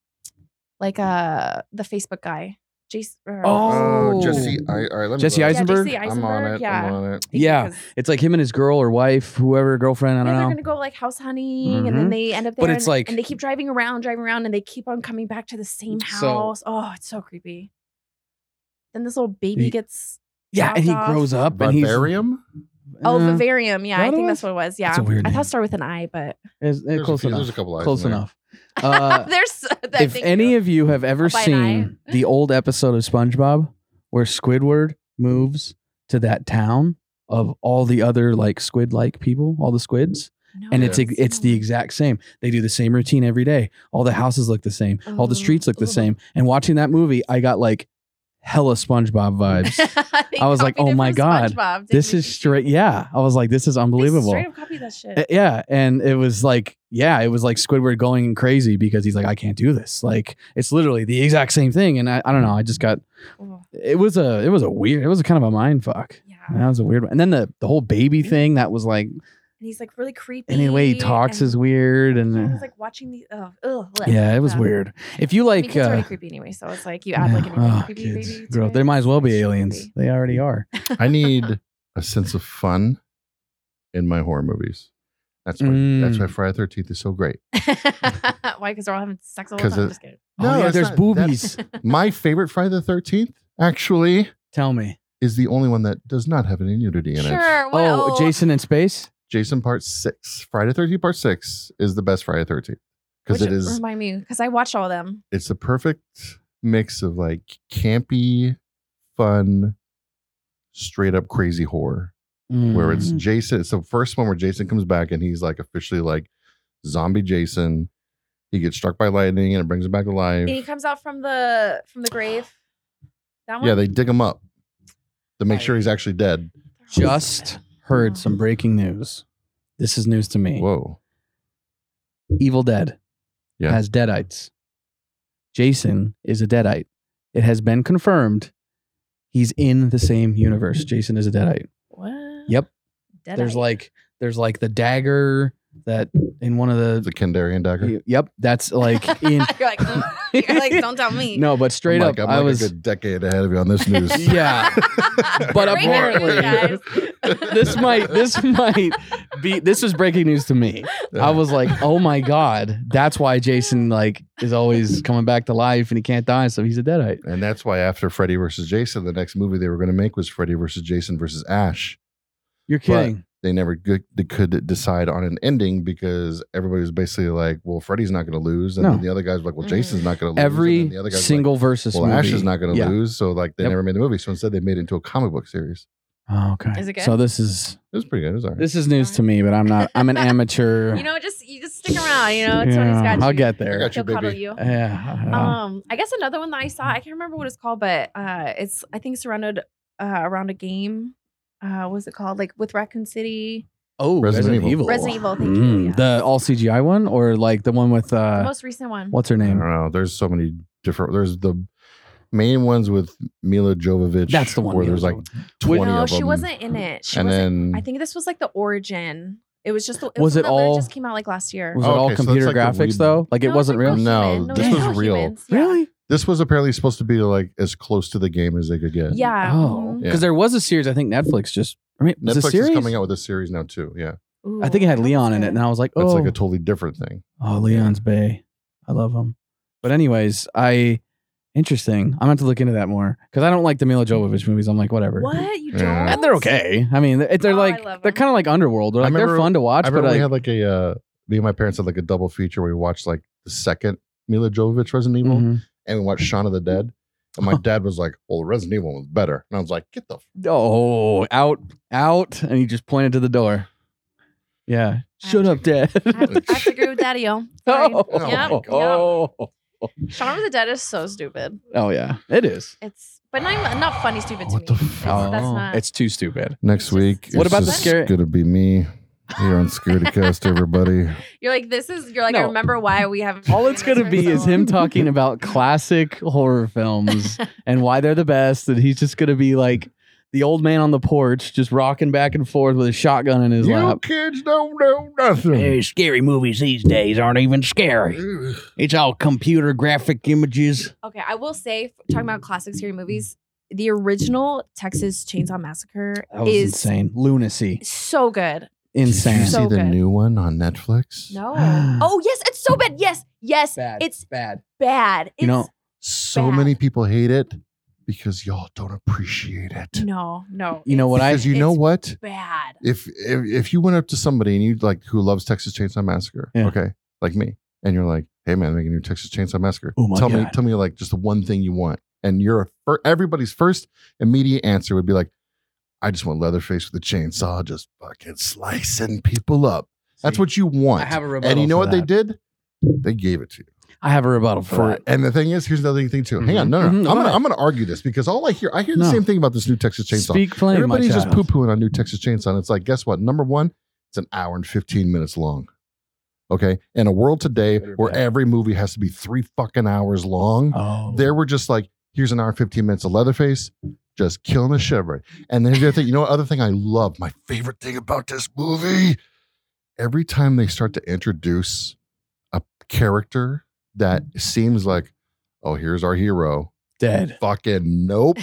S2: like uh, the Facebook guy, Jason. or-
S1: Oh,
S3: Oh.
S1: Jesse. I, all right, let me
S3: Jesse
S1: look.
S2: Yeah,
S3: Eisenberg?
S2: Jesse
S1: I'm
S2: Eisenberg.
S1: on it.
S2: Yeah.
S1: I'm on it.
S2: I think
S3: Yeah.
S2: because-
S3: It's like him and his girl or wife, whoever, girlfriend, I
S2: Yeah,
S3: don't
S2: they're
S3: know.
S2: gonna go like house hunting, and then
S3: Mhm.
S2: they end up
S3: But
S2: there.
S3: it's
S2: and,
S3: like-
S2: and they keep driving around, driving around, and they keep on coming back to the same
S3: So-
S2: house. oh, it's so creepy. Then this little baby
S3: Ye-
S2: gets
S3: yeah, and he
S2: dropped off.
S3: grows up and he's eh,
S1: Vivarium.
S2: oh
S3: Uh,
S2: vivarium. Yeah, I
S3: that
S2: think
S3: was-
S2: that's what it was. Yeah,
S3: That's a weird
S2: I
S3: name.
S2: thought it started with an I, but
S3: is- is
S1: There's a
S3: close
S1: few-
S3: enough.
S1: There's a couple eyes.
S3: Close
S1: in there.
S3: enough. Uh,
S2: there's that
S3: if
S2: thing-
S3: any of you have ever
S2: Up by an
S3: seen the old episode of SpongeBob where Squidward moves to that town of all the other like squid-like people, all the squids,
S2: No,
S3: and
S1: Yeah.
S3: it's it's the exact same. They do the same routine every day. All the houses look the same. All the
S2: Ooh.
S3: streets look the
S2: Ooh.
S3: same. And watching that movie, I got like hella SpongeBob vibes.
S2: They
S3: I was like,
S2: copied
S3: "Oh
S2: it
S3: my
S2: from
S3: God,
S2: SpongeBob, didn't
S3: this
S2: they?
S3: is straight yeah i was like this is
S2: They
S3: unbelievable
S2: Straight up copied that shit.
S3: Uh, yeah and it was like yeah it was like squidward going crazy because he's like i can't do this like it's literally the exact same thing and i, I don't know i just got
S2: Oh,
S3: it was a it was a weird it was a kind of a mind fuck
S2: yeah, and
S3: that was a weird one and then the the whole baby thing that was like
S2: he's like really creepy.
S3: any way he talks
S2: and
S3: is weird and
S2: I
S3: uh,
S2: was like watching the. Oh, ugh, bleh.
S3: yeah it was weird if you
S2: I mean,
S3: like
S2: kids are
S3: uh,
S2: already creepy anyway, so it's like you add like an
S3: yeah. Oh,
S2: creepy
S3: kids.
S2: baby. to
S3: Gross.
S2: it,
S3: they might as
S2: it's
S3: well be
S2: extra
S3: aliens
S2: creepy.
S3: they already are
S1: I need a sense of fun in my horror movies. That's why. That's
S3: Mm.
S1: why Friday Thirteenth is so great.
S2: Why? Because they're all having sex all the
S1: 'Cause
S2: time.
S1: it-
S2: Just kidding.
S3: oh yeah
S1: it's
S3: there's
S1: not-
S3: boobies
S1: that's- My favorite Friday the Thirteenth actually
S3: tell me
S1: is the only one that does not have any nudity in it.
S2: Sure. What
S3: oh
S2: else?
S3: jason in space
S1: Jason Part Six, Friday Thirteenth Part Six is the best Friday Thirteenth because
S2: Which-
S1: it is
S2: Remind me, because I watched all of them.
S1: it's the perfect mix of like campy, fun, straight up crazy horror. Where it's
S3: Mm.
S1: Jason, it's the first one where Jason comes back and he's like officially like zombie Jason. He gets struck by lightning and it brings him back to
S2: And he
S1: life.
S2: comes out from the from the grave. That one.
S1: Yeah, they dig him up to make sure he's actually dead.
S3: Just heard some breaking news. This is news to me.
S1: Whoa.
S3: Evil Dead
S1: Yeah.
S3: has deadites. Jason is a deadite. It has been confirmed he's in the same universe. Jason is a deadite.
S2: What?
S3: Yep.
S2: Dead
S3: there's
S2: Eye.
S3: like there's like the dagger that in one of
S1: It's
S3: the
S1: a Kendarian dagger. I'm
S3: yep, that's like in
S2: you're like, "Mm." You're like, don't tell me.
S3: no, but straight
S1: like-
S3: up,
S1: I'm like
S3: I was
S1: a good decade ahead of you on this news.
S3: yeah. But
S2: Breaking news,
S3: apparently-
S2: guys.
S3: This might this might be this was breaking news to me. I was like, oh my god, that's why Jason like is always coming back to life and he can't die, so he's a deadite.
S1: And that's why after Freddy versus Jason, the next movie they were going to make was Freddy versus Jason versus Ash.
S3: You're kidding.
S1: They never good, they could decide on an ending because everybody was basically like, "Well, Freddy's not going to lose," and
S3: No.
S1: then the other guys were like, "Well,
S2: Mhm.
S1: Jason's not going to lose." and
S3: Every
S1: then the other guys were
S3: single versus
S1: like, "Well,
S3: movie.
S1: Ash is not going to
S3: Yeah.
S1: lose," so like they
S3: Yep.
S1: never made the movie. So instead, they made it into a comic book series.
S3: Oh, okay.
S2: Is it good?
S3: So this is
S1: It was pretty good. It was all right.
S3: this is news to me, but I'm not. I'm an amateur.
S2: You know, just you just stick around. You know, Tony's got you.
S3: I'll get
S1: I
S3: there.
S1: got
S2: He'll
S1: you,
S2: cuddle
S1: baby.
S2: you.
S3: Yeah. yeah.
S2: Um, I guess another one that I saw, I can't remember what it's called, but uh, it's I think surrounded uh, around a game. Uh, what was it called? Like with Raccoon City,
S3: oh,
S1: Resident Evil. Mm.
S2: Resident Evil. Thank you. yeah.
S3: The all CGI one, or like the one with
S2: The
S3: uh,
S2: most recent one.
S3: what's her
S1: I don't
S3: name?
S1: know. There's so many different. There's the main ones with Mila Jovovich.
S3: That's the one.
S1: where there's like
S3: Which-
S1: 20
S2: no,
S1: of
S2: she
S1: them.
S2: wasn't in it. She
S1: and then
S2: wasn't. I think this was like the origin. It was just the, it was
S3: Was it
S2: it
S3: all-
S2: just came out like last year.
S3: was
S1: Oh,
S3: it all
S1: okay, so that's
S3: computer
S1: like the
S3: graphics
S1: weeb-
S3: though? Like it wasn't real.
S1: real. No, this
S2: it's
S3: was
S2: all
S1: real.
S2: humans, yeah.
S1: this was apparently supposed to be like as close to the game as they could get.
S2: Yeah.
S3: Oh,
S2: mhm.
S1: Yeah.
S3: because there was a series. I think Netflix just. I mean, was a
S1: Netflix is
S3: series?
S1: coming out with a series now too. Yeah,
S2: Mm-hmm. Ooh,
S3: I think it had Leon in it, and I was like, oh,
S1: that's like a totally different thing.
S3: oh, Leon's Bay. I love him. But anyways, I interesting. I'm gonna have to look into that more because I don't like the Mila Jovovich movies. I'm like, whatever.
S2: What you
S1: Yeah.
S2: don't?
S3: And they're okay. I mean, they're, they're
S2: Oh, I
S3: like
S2: love
S3: they're
S2: them.
S3: kind of like Underworld. They're
S1: I
S3: like they're
S1: remember-
S3: fun to watch,
S1: I
S3: but
S1: remember
S3: like,
S1: we had like a uh, me and my parents had like a double feature where we watched like the second Mila Jovovich Resident Evil
S3: Mhm.
S1: and we watched Shaun of the Dead. And my dad was like, "Well, the Resident Evil was better," and I was like, "Get the." F-.
S3: oh out out, and he just pointed to the door. Yeah,
S2: I
S3: shut
S2: have
S3: up, Dad.
S2: I have, to, I have to agree with Daddy O. Sorry.
S3: oh,
S1: Yeah,
S3: oh,
S1: yeah.
S3: oh,
S2: Shaun of the Dead is so stupid.
S3: oh, yeah, it is.
S2: It's but not not funny stupid to
S1: What
S2: me.
S1: the f-
S2: It's- that's
S3: Oh,
S2: not.
S3: it's too stupid.
S1: Next week,
S3: What
S1: it's
S3: about the
S1: just
S3: scary-
S1: Gonna be me here on Scaredy Cast, everybody.
S2: you're like this is. You're like I
S3: No.
S2: remember why we haven't.
S3: All it's
S2: seen
S3: gonna
S2: this for
S3: be
S2: so
S3: is
S2: long.
S3: him talking about classic horror films and why they're the best, and he's just gonna be like the old man on the porch, just rocking back and forth with a shotgun in his
S1: you
S3: lap.
S1: kids don't know nothing.
S4: Hey, scary movies these days aren't even scary. It's all computer graphic images.
S2: Okay, I will say f- talking about classic scary movies. The original Texas Chainsaw Massacre
S3: That was
S2: is
S3: insane. Lunacy.
S2: so good.
S1: Did you
S3: Insane.
S1: see
S2: So
S1: the
S2: good.
S1: new one on Netflix?
S2: No. oh yes, it's so bad. Yes, yes,
S3: Bad.
S2: it's
S3: bad.
S2: bad. It's,
S3: You know,
S1: So
S2: Bad.
S1: many people hate it because y'all don't appreciate it.
S2: no, no.
S3: You know what I-
S1: Because you know
S2: it's
S1: what?
S2: Bad.
S1: If, if if you went up to somebody and you like who loves Texas Chainsaw Massacre,
S3: Yeah.
S1: okay, like me, and you're like, hey man, make a new Texas Chainsaw Massacre.
S3: Oh my
S1: tell me,
S3: God.
S1: tell me like just the one thing you want, and your fir- everybody's first immediate answer would be like, I just want Leatherface with a chainsaw, just fucking slicing people up. That's what you want.
S3: I have a rebuttal.
S1: and you know
S3: for
S1: what they
S3: that.
S1: did? They gave it to you.
S3: I have a rebuttal for,
S1: for
S3: that.
S1: and the thing is, here's the other thing too. Hang on, no, no,
S3: Mhm. Mhm.
S1: I'm gonna
S3: What?
S1: I'm gonna argue this because all I hear I hear the
S3: No.
S1: same thing about this new Texas Chainsaw.
S3: Speak plain,
S1: Everybody's
S3: my
S1: just
S3: child.
S1: poo pooing on new Texas Chainsaw. And it's like, guess what? Number one, it's an hour and fifteen minutes long. Okay, in a world today
S3: Better
S1: where
S3: bet.
S1: every movie has to be three fucking hours long,
S3: Oh,
S1: there were just like, here's an hour and fifteen minutes of Leatherface. Just killing the shit right. And then the other thing, you know, what other thing I love, my favorite thing about this movie, every time they start to introduce a character that seems like, oh, here's our hero.
S3: dead.
S1: Fucking nope.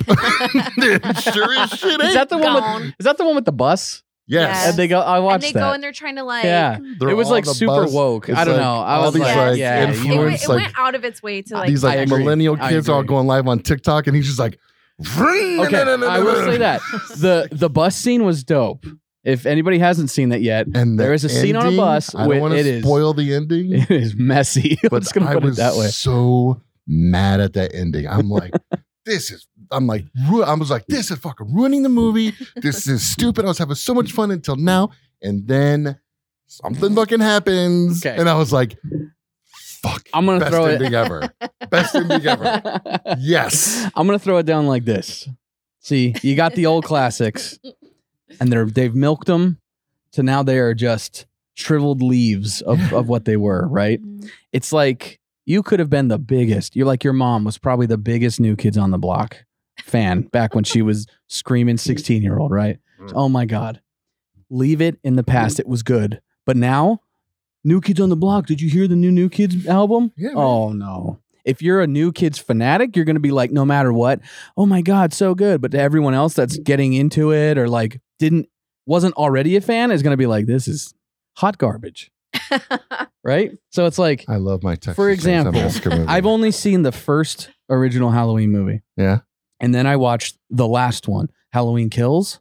S1: It sure as shit
S3: Is
S1: ain't.
S3: that the one? With,
S2: Gone.
S3: is that the one with the bus?
S1: Yes.
S3: And they go. I
S2: and
S3: watched
S2: they
S3: that.
S2: go and they're trying to like.
S3: Yeah.
S1: They're
S3: it was
S1: all
S3: like
S1: the
S3: super
S1: buzz.
S3: woke.
S1: It's
S3: I don't
S1: like
S3: know. I
S1: all
S3: was
S1: these,
S3: like,
S1: like,
S3: yeah,
S2: it went-
S1: influence,
S2: It,
S1: like-
S2: went out of its way to like.
S1: These
S3: I
S1: like
S3: agree.
S1: millennial
S3: I
S1: kids are all
S3: agree.
S1: going live on TikTok and he's just like,
S3: Okay, I will say that the the bus scene was dope. If anybody hasn't seen that yet,
S1: And the
S3: There is a scene on a
S1: ending,
S3: bus
S1: I don't
S3: with-
S1: want
S3: it
S1: to
S3: is-
S1: spoil the ending.
S3: it is messy.
S1: but
S3: Let's gonna
S1: I
S3: put
S1: was
S3: it that way.
S1: so mad at that ending. I'm like, this is. I'm like, ru- I was like, this is fucking ruining the movie. This is stupid. I was having so much fun until now, and then something fucking happens,
S3: Okay.
S1: and I was like, fuck.
S3: I'm gonna
S1: best
S3: throw it.
S1: ending ever. Best ending ever. Yes.
S3: I'm gonna throw it down like this. See, you got the old classics, and they're they've milked them to now they are just shriveled leaves of, of what they were. Right?
S2: Mhm.
S3: It's like you could have been the biggest. You're like your mom was probably the biggest New Kids on the Block fan back when she was screaming 16 year old. Right?
S1: Mm.
S3: Oh my god, leave it in the past. It was good, but now New Kids on the Block. Did you hear the new New Kids album?
S1: Yeah, man.
S3: Oh no. If you're a new kids fanatic, you're going to be like, no matter what, oh my God, so good. But to everyone else that's getting into it or like didn't, wasn't already a fan is going to be like, this is hot garbage.
S2: Mm.
S3: Right. So it's like,
S1: I love my Texas
S3: For
S1: Chainsaw
S3: example,
S1: Massacre movie.
S3: I've only seen the first original Halloween movie.
S1: yeah.
S3: And then I watched the last one, Halloween Kills.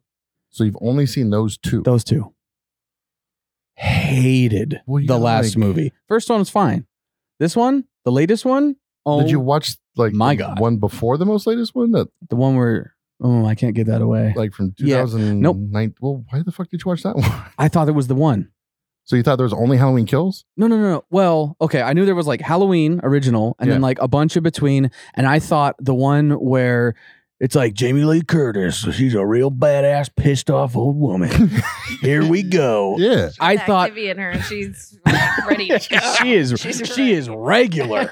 S1: So you've only seen those two.
S3: Those two. Hated
S1: Well, you
S3: the
S1: gotta,
S3: last
S1: like-
S3: movie. First one was fine. This one, the latest one, oh,
S1: Did you watch like
S3: My
S1: the
S3: God.
S1: one before the most latest one that
S3: the one where oh, I can't get that away.
S1: like from
S3: Yeah.
S1: 2009? Well, why the fuck did you watch that one?
S3: I thought it was the one.
S1: So you thought there was only Halloween kills?
S3: No, no, no, no. Well, okay. I knew there was like Halloween original and then
S1: Yeah.
S3: like a bunch in between. And I thought the one where it's like Jamie Lee Curtis, she's a real badass, pissed off old woman. Here we go.
S1: yeah.
S3: I thought-
S2: activity in her, and she's ready. To go.
S3: she is
S2: She's
S3: she is regular.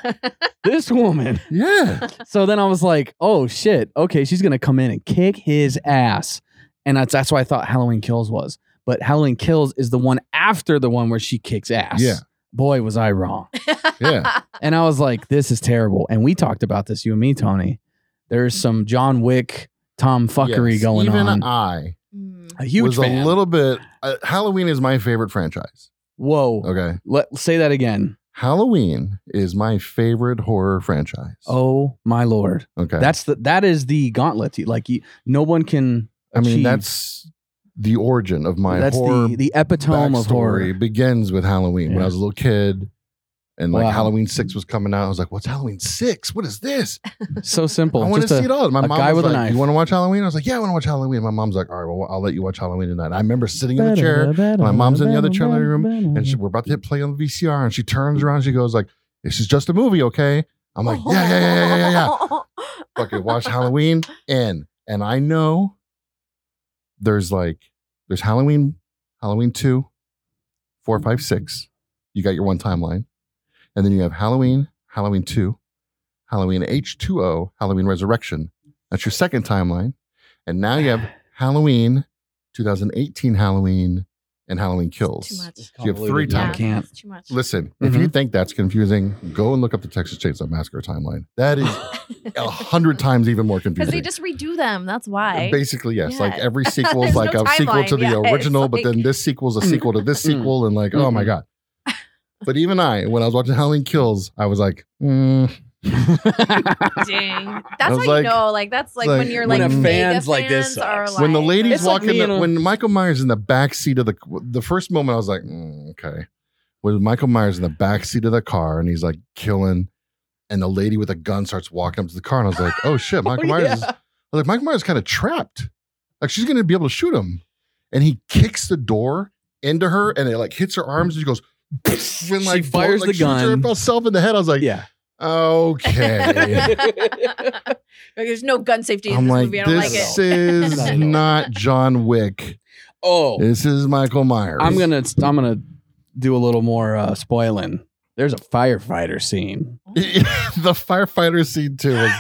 S3: this woman.
S1: Yeah.
S3: So then I was like, oh shit, okay, she's gonna come in and kick his ass, and that's that's why I thought Halloween Kills was. But Halloween Kills is the one after the one where she kicks ass.
S1: Yeah.
S3: Boy, was I wrong.
S1: Yeah.
S3: And I was like, this is terrible. And we talked about this, you and me, Tony. There's some John Wick, Tom fuckery
S1: Yes.
S3: going
S1: Even
S3: on.
S1: I
S2: Mm.
S3: a huge
S1: was
S3: fan.
S1: a little bit. Uh, Halloween is my favorite franchise.
S3: Whoa.
S1: Okay.
S3: Let say that again.
S1: Halloween is my favorite horror franchise.
S3: Oh my lord.
S1: okay.
S3: That's the that is the gauntlet. Like you, no one can
S1: I mean,
S3: achieve-
S1: that's the origin of my
S3: that's
S1: horror
S3: the, the epitome of
S1: backstory
S3: horror.
S1: begins with Halloween. When
S3: Yeah.
S1: I was a little kid and like
S3: Wow.
S1: Halloween 6 was coming out, I was like, what's Halloween 6? What is this?
S3: So simple.
S1: I want to
S3: Just a-
S1: see it all. My
S3: a
S1: mom
S3: guy
S1: was
S3: with a
S1: like,
S3: knife.
S1: you want to watch Halloween? I was like, yeah, I want to watch Halloween. My mom's like, all right, well, I'll let you watch Halloween tonight. I remember sitting in the chair my mom's in the other chair in the room, and she, we're about to hit play on the VCR and she turns around. She goes like, this is just a movie, okay? I'm like, yeah, yeah, yeah, yeah, yeah, yeah. yeah. Fucking watch Halloween and And I know there's like there's Halloween, Halloween two, four, five,
S2: Mm-hmm.
S1: six. You got your one timeline. And then you have Halloween, Halloween two, Halloween H2O, Halloween Resurrection. That's your second timeline. And now you have Halloween, 2018 Halloween, and Halloween Kills.
S2: Too much.
S1: You have three
S3: Yeah.
S1: timelines.
S3: I can't.
S2: It's too much.
S1: Listen, if you think that's confusing, go and look up the Texas Chainsaw Massacre timeline. That is a hundred times even more
S2: Because
S1: confusing.
S2: they just redo them. That's why.
S1: Basically, yes. Like
S2: Yeah.
S1: every sequel is
S2: There's
S1: like
S2: no
S1: a sequel to
S2: timeline.
S1: the
S2: Yeah, it's
S1: original, but
S2: like- Hmm.
S1: then this sequel's a sequel to this
S3: Mm.
S1: sequel, and like, oh my
S3: Mhm.
S1: god. But even I, when I was watching Halloween Kills, I was like, mm,
S2: Dang.
S1: I
S2: That's how
S1: was
S2: you
S1: like-
S2: know. Like that's like,
S1: like,
S2: when you're
S1: when
S2: like
S1: a
S2: mega
S3: fan's like, this
S2: fans are
S3: sucks.
S2: like
S1: when the ladies
S3: It's
S1: walk
S3: like
S1: in,
S3: me
S1: the,
S3: and a-
S1: when Michael Myers in the back seat of the the first moment, I was like, "Mm, okay, with Michael Myers in the back seat of the car, and he's like killing, and the lady with a gun starts walking up to the car, and I was like, oh shit, Michael Myers is I was like, Michael Myers kind of trapped. Like she's gonna be able to shoot him. And he kicks the door into her and it like hits her arms and she goes, and
S3: She
S1: like
S3: fires
S1: blow-
S3: the
S1: like, shoots
S3: gun.
S1: herself in the head. I was like,
S3: yeah.
S1: okay.
S2: Like, There's no gun safety in
S1: I'm
S2: this
S1: like,
S2: movie. I don't like
S1: this
S2: it.
S1: is
S3: Not at all.
S1: not John Wick.
S3: Oh,
S1: This is Michael Myers.
S3: I'm gonna I'm gonna do a little more uh, spoiling. There's a firefighter scene.
S1: the firefighter scene too was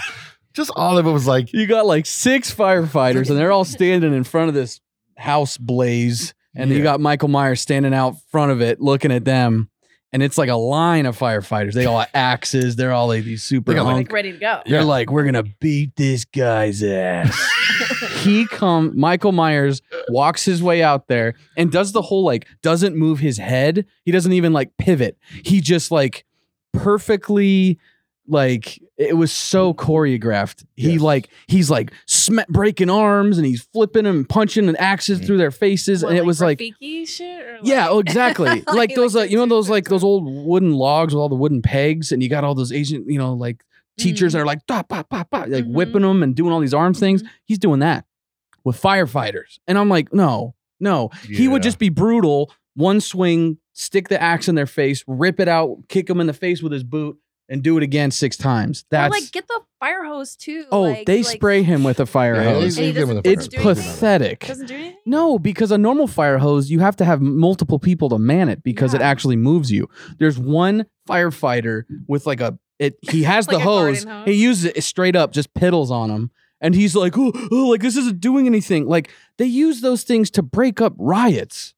S1: just all of it was like
S3: You got like six firefighters, and they're all standing in front of this house blaze, and you
S1: Yeah.
S3: got Michael Myers standing out front of it, looking at them. And it's like a line of firefighters. They all have axes. They're all like these super
S1: They got, like,
S3: hunk.
S2: Like ready to go.
S3: You're like, we're gonna beat this guy's ass. he come Michael Myers walks his way out there and does the whole like doesn't move his head. He doesn't even like pivot. He just like perfectly like it was so choreographed. He
S1: Yes.
S3: like he's like sm- breaking arms and he's flipping and punching and axes
S1: Mhm.
S3: through their faces
S2: What,
S3: and it was like
S2: Rafiki shit. Or like,
S3: yeah, oh, exactly. like, those, uh,
S2: the
S3: you know, those like
S2: two-
S3: those old wooden logs with all the wooden pegs, and you got all those Asian, you know, like
S2: Hmm. Mm.
S3: teachers that are like, "Bah, bah, bah, bah," like
S2: Mhm.
S3: whipping them and doing all these arm things.
S2: Mhm.
S3: He's doing that with firefighters, and I'm like, no, no. He would
S1: Yeah.
S3: just be brutal. One swing, stick the axe in their face, rip it out, kick them in the face with his boot, and do it again six times.
S2: Or,
S3: That's
S2: like get the fire hose too.
S3: oh,
S2: like,
S3: they
S2: like,
S3: spray him with a fire
S1: Yeah,
S3: hose.
S1: they
S2: And he
S1: give him
S2: doesn't
S1: the
S3: It's
S2: doesn't
S1: firefighter.
S2: do anything?
S3: pathetic.
S2: Doesn't do anything.
S3: No, because a normal fire hose, you have to have multiple people to man it because it
S2: Yeah.
S3: actually moves you. There's one firefighter with like a it he has
S2: Like
S3: the
S2: a garden
S3: hose,
S2: hose.
S3: He uses it straight up, just piddles on him. And he's like, oh, oh, like this isn't doing anything. Like they use those things to break up riots.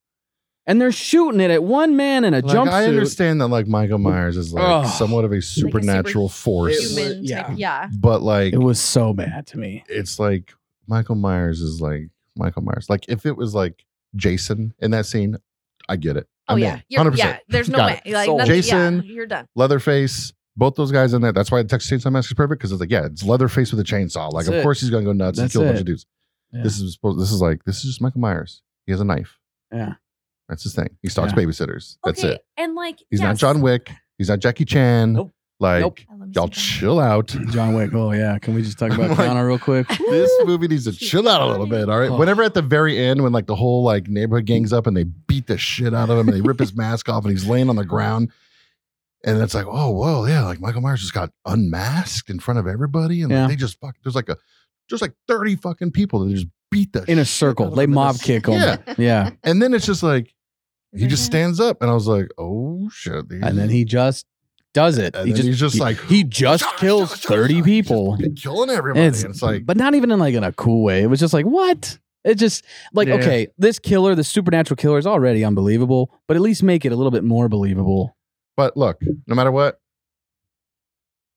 S3: and they're shooting it at one man in a
S1: Like, I
S3: jumpsuit.
S1: understand that like Michael Myers is like
S3: Ugh.
S1: somewhat of a supernatural force,
S2: Human
S3: It
S2: type-
S3: was-
S2: yeah.
S1: but like
S3: It was so bad to me.
S1: it's like Michael Myers is like Michael Myers. Like if it was like Jason in that scene, I get it.
S2: Oh
S1: I'm
S2: yeah.
S1: in.
S2: You're, yeah. There's no
S1: Got
S2: way.
S1: it.
S2: Like
S4: Sold.
S2: nothing,
S1: Jason-
S2: yeah, you're done.
S1: Leatherface, both those guys in there. That's why the Texas Chainsaw Massacre is perfect because it's like yeah, it's Leatherface with a chainsaw. Like
S3: That's
S1: of
S3: it.
S1: course he's gonna go nuts and
S3: That's
S1: kill a bunch
S3: it.
S1: of dudes.
S3: Yeah.
S1: This is supposed. This is like this is just Michael Myers. He has a knife.
S3: Yeah.
S1: that's his thing. He stalks
S3: Yeah.
S1: babysitters. That's
S2: okay.
S1: it.
S2: And like
S1: He's not
S2: yes.
S1: John Wick. He's not Jackie Chan.
S4: Nope.
S1: Like
S4: Nope.
S2: Oh, let me
S1: y'all
S2: see if I-
S1: chill out.
S3: John Wick. Oh yeah, can we just talk about
S1: I'm like-
S3: Keanu real quick?
S1: this movie needs to chill out a little bit. All right.
S3: Oh.
S1: Whenever at the very end, when like the whole like neighborhood gangs up and they beat the shit out of him and they rip his mask off and he's laying on the ground. And it's like, oh, whoa, yeah, like Michael Myers just got unmasked in front of everybody. And like,
S3: Yeah.
S1: they just fuck there's like a there's like 30 fucking people that just beat the
S3: In
S1: shit
S3: a
S1: out
S3: circle,
S1: of
S3: they
S1: him in a
S3: mob
S1: s-
S3: kick him.
S1: Yeah.
S3: yeah.
S1: And then it's just like he
S2: there
S1: just
S2: a-
S1: stands up and I was like, oh shit.
S3: and then he just does it.
S1: And
S3: he
S1: then
S3: just,
S1: he's just
S3: he-
S1: like,
S3: he just
S1: "Shot,
S3: kills
S1: shot, shot,
S3: thirty
S1: shot." He's just
S3: people.
S1: fucking killing everybody.
S3: And
S1: And it's, like
S3: but not even in like in a cool way. It was just like, what? It just like
S1: Yeah.
S3: okay, this killer, the supernatural killer, is already unbelievable, but at least make it a little bit more believable.
S1: But look, no matter what,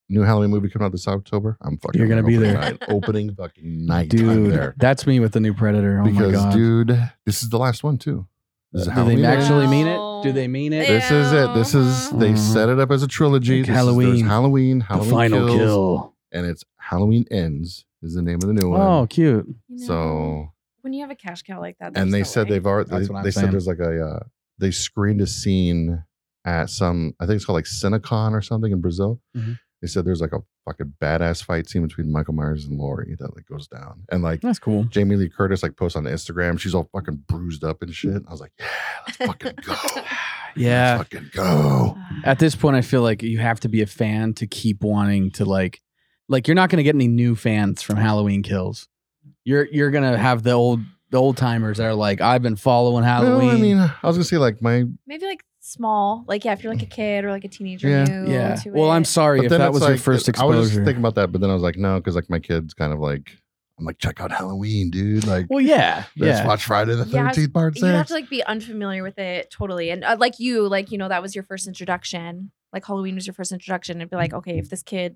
S1: new Halloween movie coming out this October. I'm fucking.
S3: You're gonna be
S1: opening
S3: there.
S1: night- opening fucking night. I'm
S3: Dude,
S1: there
S3: that's me with the new Predator. Oh my
S1: because,
S3: god, Uh,
S1: dude, this is the last one too. This is
S3: do
S1: Halloween.
S3: they actually
S2: is-
S3: mean it? Do they mean it?
S2: They-
S1: this is it. This is they
S3: Mhm.
S1: set it up as a trilogy.
S3: Like
S1: This is- there's
S3: Halloween.
S1: Halloween, Halloween,
S3: the final
S1: Kills,
S3: kill.
S1: and it's Halloween ends is the name of the new one.
S3: Oh, cute.
S2: You know,
S1: so
S2: when you have a cash cow like that,
S1: and they
S2: there's no
S1: said
S2: way.
S1: they've already
S3: That's
S1: they,
S3: what I'm
S1: they
S3: saying.
S1: said there's like a uh, they screened a scene at some i think it's called like cinecon or something in brazil
S3: Mhm.
S1: they said there's like a fucking badass fight scene between michael myers and laurie that like goes down and like
S3: That's cool.
S1: jamie lee curtis like posts on instagram she's all fucking bruised up and shit i was like yeah let's fucking go
S3: Yeah.
S1: let's fucking go
S3: At this point, I feel like you have to be a fan to keep wanting to like, like you're not going to get any new fans from Halloween Kills. You're you're going to have the old the old timers that are like, I've been following Halloween.
S1: Well, i mean i was gonna say like my
S2: maybe like small, like yeah, if you're like a kid or like a teenager.
S1: Yeah.
S2: new
S3: yeah.
S2: to
S3: Well,
S2: it.
S1: eh.
S3: I'm sorry if that
S1: it's
S3: was your
S1: like-
S3: first
S1: i was just
S3: exposure.
S1: thinking about that but then i was like no because like my kids kind of like i'm like check out halloween dude like
S3: well, yeah,
S1: let's
S3: yeah.
S1: watch friday the
S2: Yeah,
S1: 13th part
S2: You'd have
S1: six
S2: to like be unfamiliar with it totally, and uh, like you, like you know, that was your first introduction. Like Halloween was your first introduction, and be like, okay, if this kid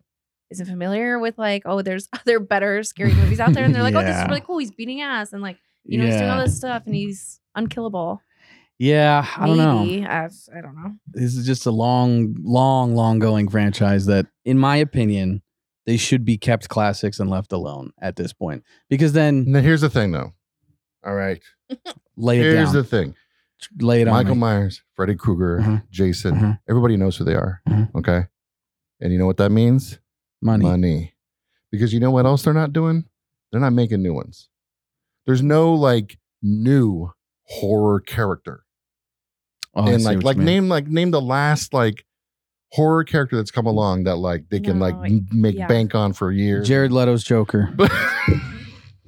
S2: isn't familiar with like, oh, there's other better scary movies out there, and they're like, oh, this is
S3: Yeah.
S2: really cool. He's beating ass, and like you know, he's doing all
S3: yeah.
S2: this stuff, and he's unkillable.
S3: yeah, I don't know.
S2: Maybe. I've, I don't know.
S3: This is just a long, long, long going franchise that, in my opinion, they should be kept classics and left alone at this point. Because then
S1: now here's the thing though all right
S3: lay it
S1: Here's
S3: down,
S1: the thing:
S3: lay it on.
S1: Michael
S3: me.
S1: Myers, Freddy Krueger,
S3: Uh-huh.
S1: Jason.
S3: Uh-huh.
S1: Everybody knows who they are.
S3: Uh-huh.
S1: Okay, and you know what that means?
S3: money.
S1: because you know what else they're not doing? They're not making new ones. There's no like new horror character,
S3: Oh, I
S1: and
S3: see
S1: like
S3: what
S1: like
S3: you mean.
S1: name like name the last like horror character that's come along that like they can like
S2: No,
S1: m- make
S2: yeah.
S1: bank on for years.
S3: Jared Leto's Joker.
S1: But-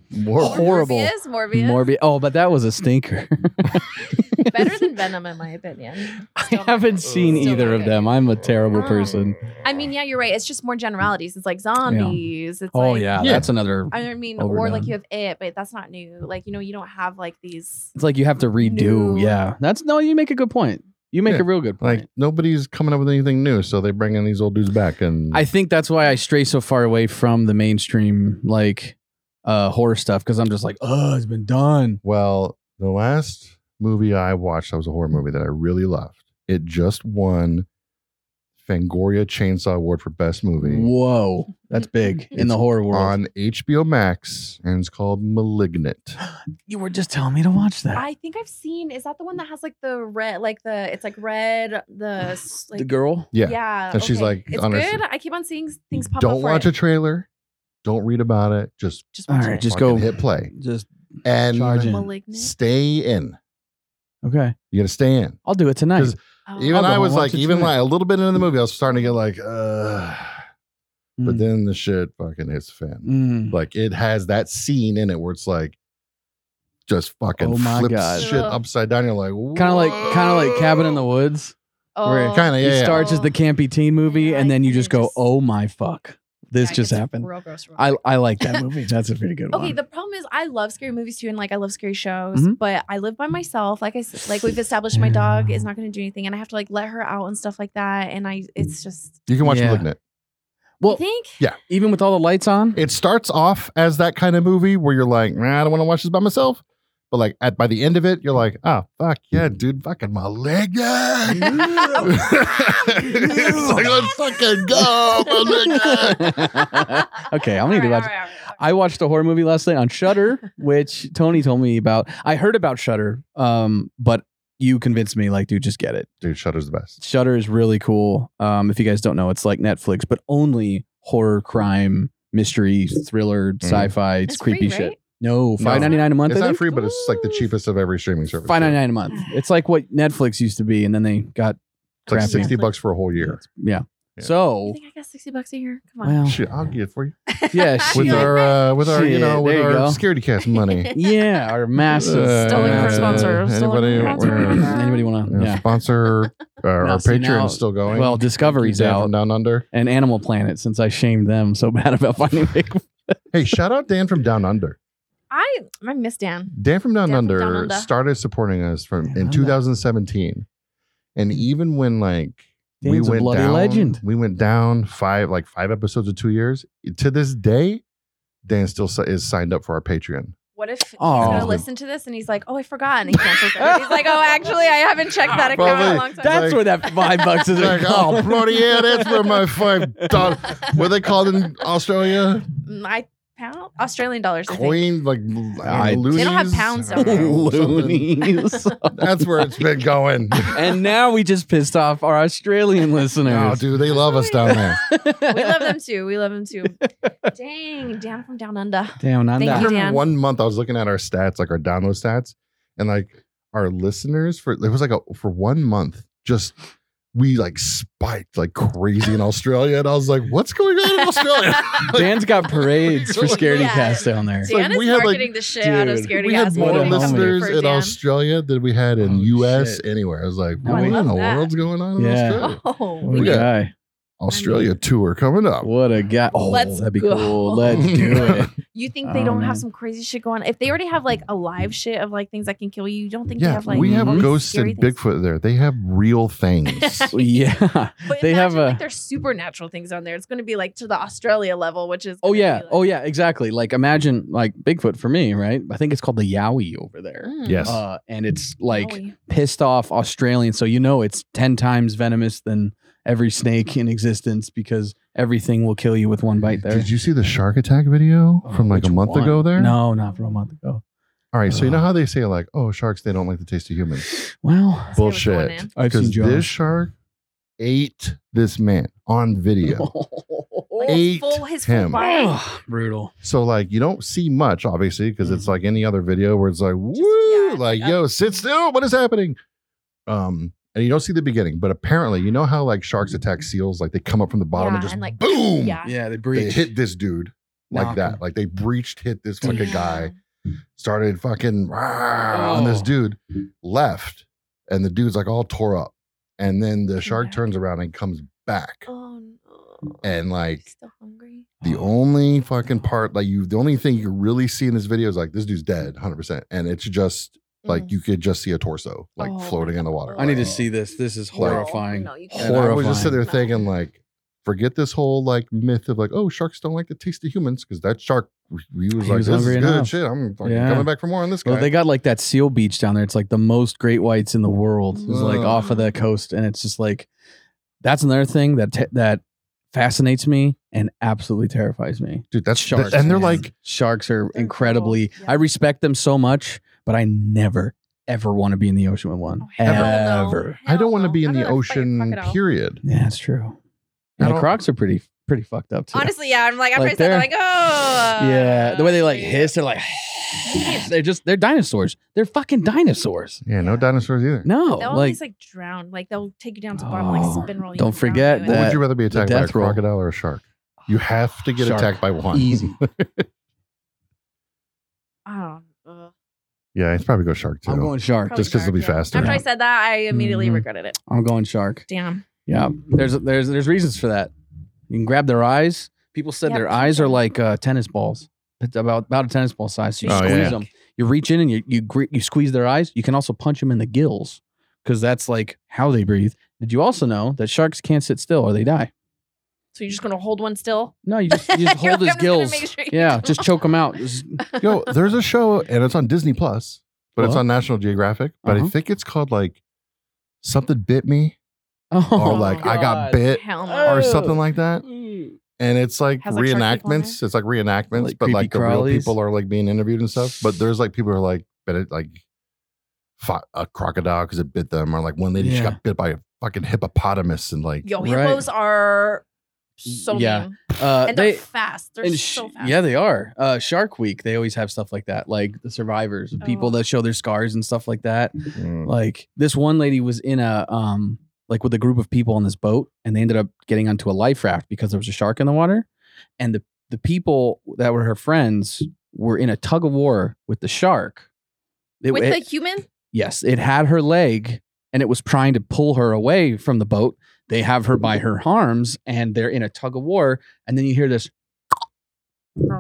S1: More
S3: Horrible.
S2: Morbius, Morbius.
S3: Morbi. Oh, but that was a stinker.
S2: Better than Venom, in my opinion.
S3: I
S2: Still not
S3: haven't
S2: good.
S3: seen
S2: Still
S3: either
S2: not
S3: of
S2: good.
S3: them. I'm a terrible person.
S2: I mean, yeah, you're right. It's just more generalities. It's like zombies. It's
S3: Oh
S2: like,
S3: yeah,
S1: Yeah.
S3: that's another.
S2: I mean, or
S3: Overdone.
S2: like you have it, but that's not new. Like you know, you don't have like these.
S3: It's like you have to redo.
S2: New.
S3: Yeah, that's no. You make a good point. You make
S1: Yeah.
S3: a real good point.
S1: like nobody's coming up with anything new, so they bring in these old dudes back, and
S3: I think that's why I stray so far away from the mainstream like uh horror stuff because I'm just like, oh, it's been done.
S1: Well, the last movie I watched that was a horror movie that I really loved. It just won Fangoria Chainsaw Award for Best Movie
S3: Whoa, that's big in the
S1: It's
S3: horror world.
S1: on HBO Max, and it's called Malignant.
S3: you were just telling me to watch that.
S2: I think I've seen. Is that the one that has like the red, like the it's like red, the s- like
S3: the girl.
S1: Yeah,
S2: yeah.
S1: And she's,
S2: okay.
S1: like,
S2: it's
S1: honest-
S2: good. I keep on seeing s- things pop up.
S1: Don't
S2: for
S1: watch
S2: it.
S1: a trailer. Don't read about it. Just
S2: Just
S3: All
S2: watch
S3: right,
S2: it.
S3: just
S1: fucking
S3: go
S1: hit play
S3: Just
S1: and
S3: Charge in.
S2: Malignant.
S1: stay in.
S3: okay.
S1: You gotta stay in.
S3: I'll do it tonight.
S1: 'Cause
S2: Oh.
S1: Even
S3: I'll go
S1: I was
S3: watch
S1: like,
S3: it
S1: even
S3: tonight.
S1: like a little bit into the movie, I was starting to get like, uh, but
S3: Mm.
S1: then the shit fucking hits the fan.
S3: Mm.
S1: Like it has that scene in it where it's like just fucking
S3: Oh my
S1: flips
S3: God.
S1: shit
S2: Ugh.
S1: upside down. You're like
S3: kind of like kind of like cabin in the woods
S1: Kinda,
S3: it
S2: oh,
S1: yeah, yeah.
S3: starts as the campy teen movie
S2: Yeah,
S3: and then you
S2: and
S3: just
S2: it
S3: go
S2: just-
S3: oh my fuck This
S2: Yeah,
S3: just
S2: it's
S3: happened.
S2: Real gross. real
S3: I
S2: quick.
S3: I like that movie. That's a pretty good one.
S2: okay. The problem is, I love scary movies too, and like I love scary shows.
S3: Mhm.
S2: But I live by myself. Like I s- like we've established, my dog is
S3: Yeah.
S2: not going to do anything, and I have to like let her out and stuff like that. And I, it's just.
S1: You can watch
S3: Yeah.
S1: Malignant.
S2: Well,
S3: well,
S2: think
S3: even with all the lights on,
S1: It starts off as that kind of movie where you're like, nah, I don't want to watch this by myself. But like at by the end of it, you're like, oh fuck yeah,
S3: Mm.
S1: dude, fucking Malignant. it's like let's fucking go, Malignant.
S3: okay, I'll need to
S2: All right, all right, all
S3: watch.
S2: right, all right.
S3: I watched a horror movie last night on Shutter, which Tony told me about. I heard about Shutter, um, but you convinced me, like, dude, just get it.
S1: Dude, Shudder's the best.
S3: Shutter is really cool. Um, if you guys don't know, it's like Netflix, but only horror, crime, mystery, thriller,
S1: Mm.
S3: sci-fi. It's
S2: It's free,
S3: creepy
S2: right?
S3: shit. No, five ninety nine a month.
S1: It's
S3: I
S1: not
S3: think?
S1: free, but it's like the
S2: Ooh.
S1: cheapest of every streaming service.
S3: Five ninety nine a month. It's like what Netflix used to be, and then they got
S1: It's like
S3: crappy.
S1: sixty bucks for a whole year.
S3: yeah.
S1: Yeah.
S2: You
S3: So
S2: think I got sixty bucks a year? Come on.
S3: well,
S1: Shit, I'll get it for you
S3: yeah,
S1: with
S3: Yeah.
S1: our uh, with our you
S3: Shit,
S1: know with
S3: there you
S1: our
S3: go.
S1: security cast money.
S3: yeah, our massive
S1: Uh,
S2: Still looking for
S3: massive-
S2: sponsors. Still
S1: Anybody,
S2: looking for sponsors.
S1: uh,
S3: Anybody want
S1: you
S3: to?
S1: know,
S3: Yeah.
S1: sponsor uh,
S3: Now,
S1: our
S3: see, now-
S1: Patreon's still going.
S3: Well, Discovery's
S1: Dan from
S3: out
S1: Down Under.
S3: and Animal Planet since I shamed them so bad about finding Big.
S1: Hey, shout out Dan from Down Under.
S2: I I miss Dan.
S1: Dan from Down,
S2: Dan from
S1: Under,
S2: Down Under.
S1: started supporting us from
S3: Down
S1: in
S3: Under.
S1: 2017, and even when like we
S3: Dan's a
S1: went
S3: bloody
S1: down,
S3: legend.
S1: we went down five like five episodes of two years. To this day, Dan still si- is signed up for our Patreon.
S2: What if he's
S3: Oh.
S2: gonna listen to this and he's like, "Oh, I forgot," and he cancels it. He's like, "Oh, actually, I haven't checked that account in a
S1: Probably.
S2: long time."
S3: That's
S1: Like-
S3: where that five bucks is.
S1: Like, oh bloody yeah, that's where my five dollars. What are they called in Australia?
S2: my pound Australian dollars. I
S1: Coin
S2: think.
S1: like
S3: I-
S1: I don't know,
S2: They don't have
S1: loonies?
S2: pounds
S1: I don't know, something.
S3: Loonies.
S1: That's where it's been going.
S3: and now we just pissed off our Australian
S1: No,
S3: listeners.
S1: Oh, dude, they love us down there.
S2: We love them too. We love them too. Dang, Dan from Down Under.
S3: Damn, not
S2: Thank
S1: I
S3: that.
S2: you.
S1: remember
S2: Dan.
S1: one month I was looking at our stats, like our download stats, and like our listeners for there was like a for one month just we like spiked like crazy in Australia, and I was like, "What's going on in Australia?"
S3: Dan's got parades for Scaredy
S2: Yeah.
S3: Cast down there.
S2: Dan
S1: like
S2: is
S1: we had, like,
S2: marketing the shit out of
S3: dude,
S2: Scaredy
S1: we had
S2: Gas.
S3: what
S1: more
S3: a moment.
S1: listeners
S2: For
S1: in
S2: Dan.
S1: Australia than we had in
S3: Oh,
S1: U.S.
S3: shit.
S1: anywhere. I was like,
S3: Oh,
S1: "What
S3: I
S1: in
S3: love
S1: the
S2: that.
S1: world's going on in
S3: Yeah.
S1: Australia?"
S2: Oh,
S3: What a
S1: Yeah.
S3: guy.
S1: Australia tour coming up.
S3: What a guy. Oh,
S2: Let's
S3: that'd be
S2: go.
S3: cool. Let's do it.
S2: you think
S3: I
S2: they
S3: don't
S2: don't
S1: Um,
S2: have
S3: know.
S2: some crazy shit going on? If they already have like a live shit of like things that can kill you, you don't think they
S1: Yeah,
S2: have like
S1: we have
S2: all these
S1: ghosts
S2: scary
S1: and
S2: things?
S1: Bigfoot there. They have real things.
S3: yeah.
S2: But
S3: They
S2: they
S3: have
S2: have
S3: a-
S2: like there's supernatural things on there. It's going to be like to the Australia level, which is
S3: Oh
S2: gonna
S3: yeah.
S2: be, like-
S3: Oh yeah, exactly. Like imagine like Bigfoot for me, right? I think it's called the Yowie over there.
S2: Mm.
S1: yes.
S3: Uh, and it's like
S2: Yowie.
S3: pissed off Australian. So you know it's 10 times venomous than every snake in existence because everything will kill you with one bite there. Oh,
S1: Did you see the shark attack video from like a
S3: Which
S1: month
S3: one?
S1: ago there?
S3: No, not from a month ago.
S1: All right, so you know how they say like, "Oh, sharks they don't like the taste of humans."
S3: Well,
S2: Let's get what's going
S1: Bullshit.
S2: in.
S3: I've
S1: Because
S3: seen Jaws.
S1: this shark ate this man on video.
S2: Like,
S1: Ate
S2: full, his full
S1: him.
S2: body.
S3: brutal.
S1: So like, you don't see much, obviously, because it's
S3: Mhm.
S1: like any other video where it's like, "Woo!"
S2: Mm-hmm. yeah,
S1: like,
S2: like, oh.
S1: "Yo, sit still. What is happening?" Um, and you don't see the beginning, but apparently, you know how like sharks attack seals, like they come up from the bottom
S2: Mm-hmm. Yeah,
S1: and just
S2: and, like,
S1: boom,
S2: Yeah.
S3: Yeah, they
S1: they
S3: breathe.
S1: hit this dude like
S3: Knock
S1: that,
S3: him.
S1: like they breached, hit this fucking
S2: Yeah.
S1: guy. started fucking rah, on this
S3: Oh.
S1: dude, left, and the dude's like all tore up. And then the shark
S2: back.
S1: turns around and comes back.
S2: Oh no.
S1: And like
S2: still hungry.
S1: the
S3: Oh.
S1: only fucking part, like you, the only thing you can really see in this video is like this dude's dead, hundred percent, and it's just like
S2: Mm.
S1: you could just see a torso like
S2: Oh my
S1: floating in the water.
S2: God.
S3: I need to
S1: Like,
S3: see this. This is
S2: No,
S3: horrifying.
S2: no, you can't.
S1: And I was just sitting there
S2: No.
S1: thinking like. Forget this whole like myth of like oh sharks don't like the taste of humans because that shark he was like
S3: He
S1: this is
S3: was hungry
S1: good
S3: enough.
S1: shit I'm fucking
S3: Yeah.
S1: coming back for more on this guy
S3: Well, they got like that seal beach down there. It's like the most great whites in the world. It's like
S1: Ugh.
S3: off of the coast, and it's just like that's another thing that te- that fascinates me and absolutely terrifies me.
S1: dude that's
S3: sharks,
S1: and they're
S3: man.
S1: like
S3: sharks are
S2: cool.
S3: incredibly. I
S2: Yeah.
S3: respect them so much, but I never ever want to be in the ocean with one.
S2: Oh, hell no.
S3: ever.
S1: I don't
S2: Hell
S1: want to
S2: no.
S1: be in
S2: I'd
S1: the
S2: rather fight a
S1: ocean,
S2: crocodile.
S1: period.
S3: Yeah, that's true.
S1: I
S3: Yeah,
S1: don't-
S3: crocs are pretty pretty fucked up too.
S2: Honestly, yeah. I'm like, I'm
S3: Like,
S2: pretty sad. They're
S3: they're-
S2: like, oh.
S3: yeah, the way they like
S2: shit."
S3: hiss, they're like they're just they're dinosaurs. They're fucking dinosaurs.
S1: Yeah, no dinosaurs either.
S3: No,
S2: They'll
S3: oh, like
S2: always like drown. Like they'll take you down to the bottom,
S3: Oh,
S2: like spin roll you.
S3: don't
S2: and drown
S3: forget
S2: you in
S1: What
S3: that-
S1: would you rather be attacked by a
S3: death roll.
S1: crocodile or a shark? You have to get
S3: Shark.
S1: attacked by one.
S3: easy.
S2: I don't know.
S1: Yeah, it's probably go shark too.
S3: I'm going shark.
S2: Probably
S1: Just 'cause it'll be
S2: shark, yeah.
S1: faster.
S2: After I said that, I immediately
S3: Mhm.
S2: regretted it.
S3: I'm going shark.
S2: Damn.
S3: Yeah, there's there's there's reasons for that. You can grab their eyes, People said
S2: Yep.
S3: their eyes are like uh, tennis balls. It's about about a tennis ball size. So you
S1: Oh,
S3: squeeze
S1: yeah.
S3: them. You reach in and you you gre- you squeeze their eyes. You can also punch them in the gills because that's like how they breathe. Did you also know that sharks can't sit still or they die?
S2: So you're just gonna hold one still?
S3: No, you just, you just
S2: You're like,
S3: hold his
S2: "I'm just gonna
S3: gills.
S2: make sure you
S3: yeah,
S2: don't."
S3: just choke him out. Just-
S1: Yo, there's a show and it's on Disney Plus, but it's
S3: What?
S1: on National Geographic. But I
S3: Uh-huh.
S1: think it's called like something bit me
S3: oh,
S1: or like I got
S3: God.
S1: bit
S2: Hell no.
S1: or
S3: Oh.
S1: something like that.
S2: Mm.
S1: And it's like
S2: Has, like, shark people in
S1: reenactments. It's like reenactments,
S3: Like
S1: but like the
S3: creepy
S1: real
S3: crawlies?
S1: people are like being interviewed and stuff. But there's like people who are like bit it like fought a crocodile because it bit them, or like one lady she
S3: Yeah.
S1: got bit by a fucking hippopotamus and like
S2: Yo,
S3: Right.
S2: hippos are so
S3: Yeah.
S2: mean.
S3: Uh,
S2: And
S3: they-
S2: they're fast. They're
S3: and
S2: so
S3: sh-
S2: fast.
S3: yeah, they are. Uh, Shark Week, they always have stuff like that, like the survivors, people
S2: Oh.
S3: that show their scars and stuff like that.
S1: mm,
S3: Like this one lady was in a um like with a group of people on this boat and they ended up getting onto a life raft because there was a shark in the water and the the people that were her friends were in a tug of war with the shark. It-
S2: With
S3: it-
S2: the human?
S3: yes, it had her leg and it was trying to pull her away from the boat. They have her by her arms and they're in a tug of war and then you hear this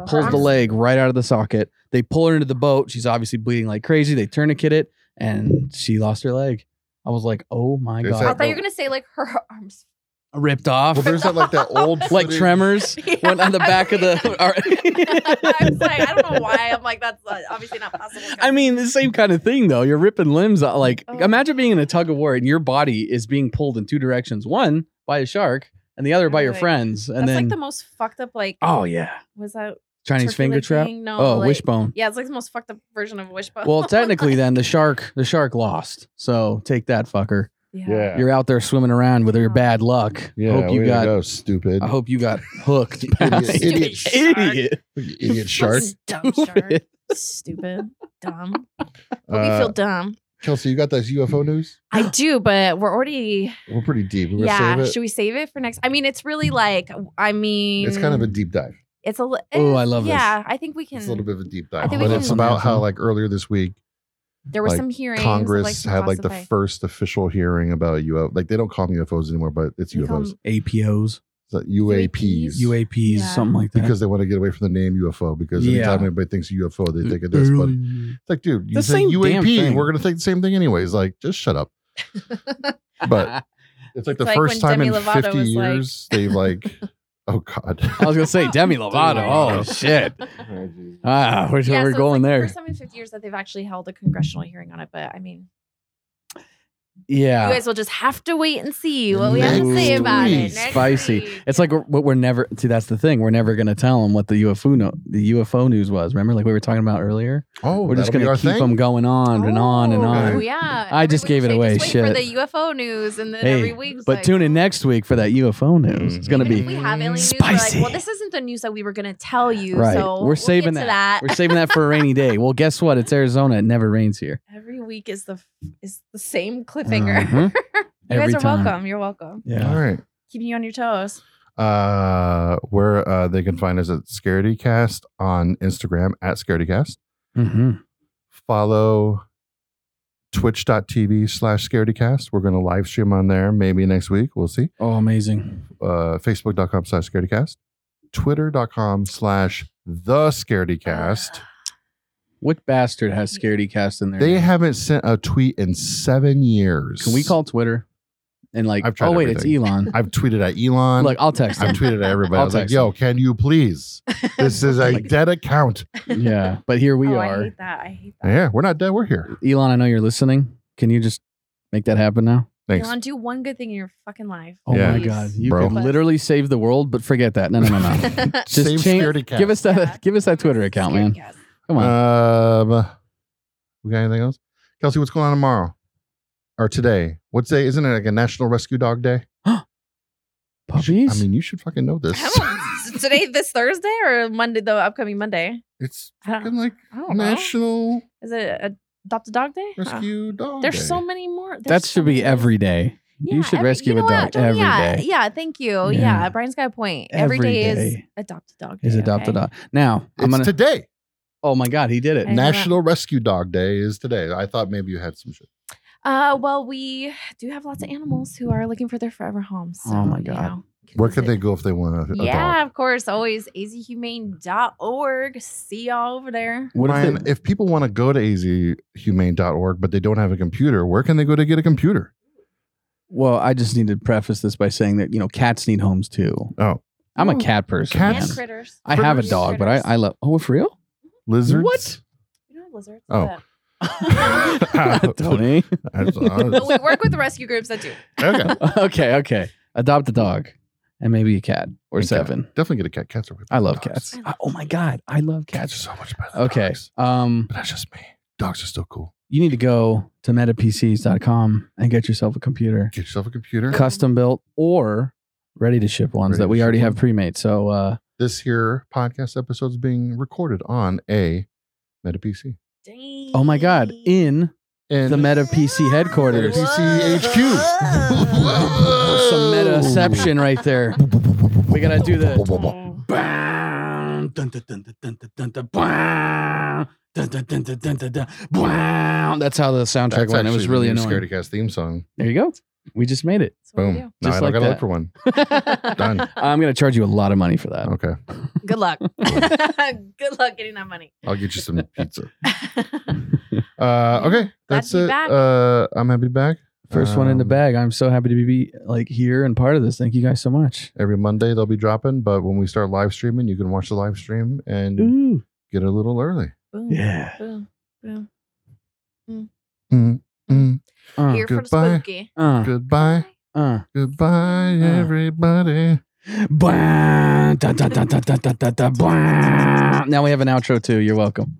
S3: pulls the leg right out of the socket. They pull her into the boat. She's obviously bleeding like crazy. They tourniquet it, and she lost her leg. I was like, oh my
S1: There's
S2: I
S1: that-
S3: god,
S2: thought you were gonna say like her arms.
S3: ripped off
S1: well, there's that like that old
S3: like
S1: footage-
S3: tremors. Went on the back of the.
S2: I was like, I don't know why. I'm like, that's uh, obviously not possible.
S3: I mean, the same kind of thing though. You're ripping limbs out. Like,
S2: Oh.
S3: imagine being in a tug of war and your body is being pulled in two directions: one by a shark and the other by your
S2: Right.
S3: friends. And
S2: that's
S3: then,
S2: like the most fucked up. Like,
S3: oh yeah,
S2: was that
S3: Chinese
S2: turkey
S3: finger
S2: leg
S3: trap.
S2: thing? No,
S3: Oh,
S2: like-
S3: wishbone.
S2: Yeah, it's like the most fucked up version of wishbone.
S3: Well, technically, then the shark, the shark lost. So take that, fucker.
S1: Yeah.
S3: You're out there swimming around with your bad luck.
S1: Yeah,
S3: hope
S1: way
S3: you
S1: to
S3: got.
S1: go, stupid.
S3: I hope you got hooked.
S1: Idiot-
S3: past-
S1: idiot
S2: shark.
S3: idiot.
S1: You idiot shark.
S2: Dumb shark.
S3: Stupid.
S2: Stupid. Dumb. we
S1: Uh,
S2: feel dumb.
S1: Kelsey, you got this UFO news?
S2: I do, but we're already.
S1: We're pretty deep. We're
S2: yeah.
S1: gonna save
S2: Should we save it for next? I mean, it's really like. I
S1: it.
S2: mean,
S1: It's kind of a deep dive.
S2: It's a.
S3: Oh, I love this.
S2: Yeah, I think we can.
S1: It's a little bit of a deep dive,
S2: think
S1: but
S2: we
S1: it's
S2: can-
S1: about how like earlier this week,
S2: there were
S1: like,
S2: some hearings. of, like,
S1: Congress
S2: some
S1: had like the
S2: classified-
S1: first official hearing about UFO. Like they don't call them UFOs anymore, but it's
S2: They call
S1: UFOs.
S2: them-
S3: APOs,
S1: It's like UAPs.
S3: UAPs,
S2: Yeah.
S3: something like that.
S1: Because they want to get away from the name UFO. Because
S3: Yeah.
S1: anytime anybody thinks UFO, they think of this. But it's like, dude, you
S3: The
S1: say
S3: same damn
S1: UAP,
S3: thing.
S1: we're gonna think the same thing anyways. Like, just shut up. But- It's like the
S2: like
S1: first
S2: when
S1: time
S2: Demi
S1: in
S2: Lovato
S1: fifty
S2: was like-
S1: years they've like, oh god.
S3: I was gonna say Demi Lovato.
S1: Lovato.
S3: oh shit! Ah, we're,
S2: Yeah, so
S3: we're
S2: it's, like,
S3: going
S2: the
S3: there.
S2: First time in 50 years that they've actually held a congressional hearing on it, but I mean,
S3: yeah.
S2: you guys will just have to wait and see what we have to say
S1: Next
S2: about
S1: week.
S2: it. Next
S3: Spicy.
S2: week.
S3: It's like we're, what we're never see. That's the thing. We're never gonna tell them what the UFO no, the UFO news was. Remember, like we were talking about earlier.
S1: Oh,
S3: we're just
S1: that'll be
S3: gonna
S1: our
S3: keep them going on and on and
S2: Oh,
S3: on.
S1: Okay.
S2: yeah.
S3: I just
S2: Every
S3: gave it
S2: week,
S3: away,
S2: Just wait for
S3: shit.
S2: the UFO news, and then
S3: Hey,
S2: every week. it's
S3: But
S2: like,
S3: tune in next week for that UFO news. It's gonna
S2: Even
S3: be
S2: if we have alien news, We're
S3: spicy.
S2: like, well, this isn't the news that we were going to tell you.
S3: Right.
S2: So
S3: We're
S2: we'll
S3: saving
S2: get to that.
S3: We're saving that for a rainy day. Well, guess what? It's Arizona. It never rains here.
S2: Every week is the is the same cliffhanger.
S3: Mhm.
S2: you
S3: Every
S2: guys are
S3: time.
S2: welcome. You're welcome.
S1: All
S3: Yeah.
S1: right.
S2: Keeping you on your toes.
S1: uh where uh they can find us at scaredycast on instagram at scaredycast
S3: hmm
S1: follow twitch.tv slash scaredycast we're going to live stream on there maybe next week we'll see
S3: Oh, amazing.
S1: uh facebook.com slash scaredycast twitter.com slash the scaredycast
S2: Oh,
S3: What bastard has Scaredy Cast in there?
S1: they haven't sent a tweet in seven years
S3: Can we call Twitter and like?
S1: I've tried
S3: Oh wait,
S1: everything.
S3: it's Elon.
S1: i've tweeted at elon
S3: Look, I'll text
S1: i've
S3: him.
S1: tweeted at everybody i
S3: I'll
S1: was like
S3: text
S1: yo
S3: him.
S1: can you please this is a
S3: Like-
S1: dead account
S3: yeah, but here we
S2: oh, I
S3: are.
S2: hate that. I hate that.
S1: yeah we're not dead we're here
S3: Elon, I know you're listening. Can you just make that happen now?
S1: thanks
S2: Elon, do one good thing in your fucking life.
S3: Oh
S1: Yeah.
S3: my
S2: Please.
S3: God, you
S1: Bro.
S3: could literally save the world, but forget that. No, no, no, no. Just
S1: Same
S3: change-
S1: Scaredycast.
S3: give us that. Give us that Twitter account, man.
S2: Scarecast.
S3: Come on.
S1: Um, we got anything else? Kelsey, what's going on tomorrow or today? What's day? Isn't it like a National Rescue Dog Day?
S3: Puppies.
S1: I mean, you should fucking know this.
S2: I don't know. Today, this Thursday or Monday, the upcoming Monday?
S1: It's
S2: I don't,
S1: fucking like
S2: I don't know.
S1: National
S2: Is it Adopt a Dog Day? Huh.
S1: Rescue Dog Day.
S2: There's so many more. There's
S3: that
S2: so
S3: should be
S2: many.
S3: every day. You should rescue a
S2: what?
S3: dog
S2: Don't-
S3: every
S2: yeah,
S3: day.
S2: Yeah, thank you. Yeah.
S3: Yeah.
S2: Brian's got a point. every
S3: Every
S2: day, is
S3: day
S2: adopt a dog.
S3: Is
S2: day,
S3: adopt a
S2: okay?
S3: dog. Now
S1: It's
S3: I'm gonna.
S1: today.
S3: oh my God, he did it.
S2: I know that.
S1: National Rescue Dog Day is today. I thought maybe you had some shit.
S2: Uh, well, we do have lots of animals who are looking for their forever homes. So,
S3: Oh my
S2: you
S3: God.
S2: know,
S1: Where can they go if they want a, a
S2: yeah,
S1: dog?
S2: of course. Always azhumane.org. See y'all over there.
S3: What
S1: Ryan,
S3: if
S1: if people want to go to azhumane.org, but they don't have a computer, where can they go to get a computer?
S3: Well, I just need to preface this by saying that you know cats need homes too.
S1: Oh,
S3: I'm a
S1: Oh,
S3: cat person.
S1: cats.
S2: And
S3: man.
S2: critters.
S3: I have a
S2: Critters.
S3: dog, but I, I love. Oh, for real?
S1: lizards?
S3: What?
S2: We don't have lizards.
S1: Oh.
S2: but-
S3: Tony.
S1: I just- I
S2: But
S1: was-
S2: we work with rescue groups that do.
S1: okay.
S3: okay, okay. Adopt a dog, and maybe a cat or
S1: Okay.
S3: seven.
S1: Definitely get a cat. Cats are way
S3: I love
S1: better than dogs.
S3: cats. Oh my god, I love
S1: Cats are
S3: cats.
S1: so much better. Than
S3: Okay.
S1: dogs.
S3: Um,
S1: But that's just me. Dogs are still cool.
S3: you need to go to metapcs.com and get yourself a computer,
S1: Get yourself a computer.
S3: custom built or ready to ship ones
S1: Ready
S3: that
S1: to
S3: we
S1: ship
S3: already have
S1: ones.
S3: pre-made. So, uh,
S1: This here podcast episode is being recorded on a Meta PC.
S2: Dang.
S3: oh my god, in
S1: And
S3: the Meta PC headquarters.
S1: Meta PC HQ.
S3: Some metaception right there. We gotta do the.
S2: Oh.
S4: Bam, dun, dun, dun, dun, dun, dun, dun, bam, dun, dun, dun, dun, dun, dun, dun, bam.
S3: That's how the soundtrack
S1: That's
S3: went. It was really annoying.
S1: Scaredy Cast theme song.
S3: There you go. We just made it.
S2: That's what we
S1: Boom.
S2: do.
S1: Now
S3: Just
S1: I don't
S3: like
S1: gotta
S3: that.
S1: look for one. Done.
S3: I'm going to charge you a lot of money for that.
S1: Okay.
S2: Good luck. Good luck getting that money.
S1: I'll get you some pizza. Uh, okay. That's
S2: to be
S1: it.
S2: back.
S1: Uh, I'm happy to be back.
S3: First one in the
S1: Um,
S3: bag. I'm so happy to be like here and part of this. Thank you guys so much.
S1: Every Monday they'll be dropping, but when we start live streaming, you can watch the live stream and
S3: Ooh.
S1: get a little early.
S2: Boom,
S3: Yeah.
S2: boom, boom.
S1: Mm, mm,
S3: Uh,
S2: Here for the
S1: goodbye.
S2: spooky.
S3: uh,
S1: goodbye.
S3: uh.
S1: Goodbye,
S3: Uh.
S1: everybody.
S3: Bwah, dun, dun, dun, dun, dun, dun, dun, dun, bwah. Now we have an outro too. You're welcome.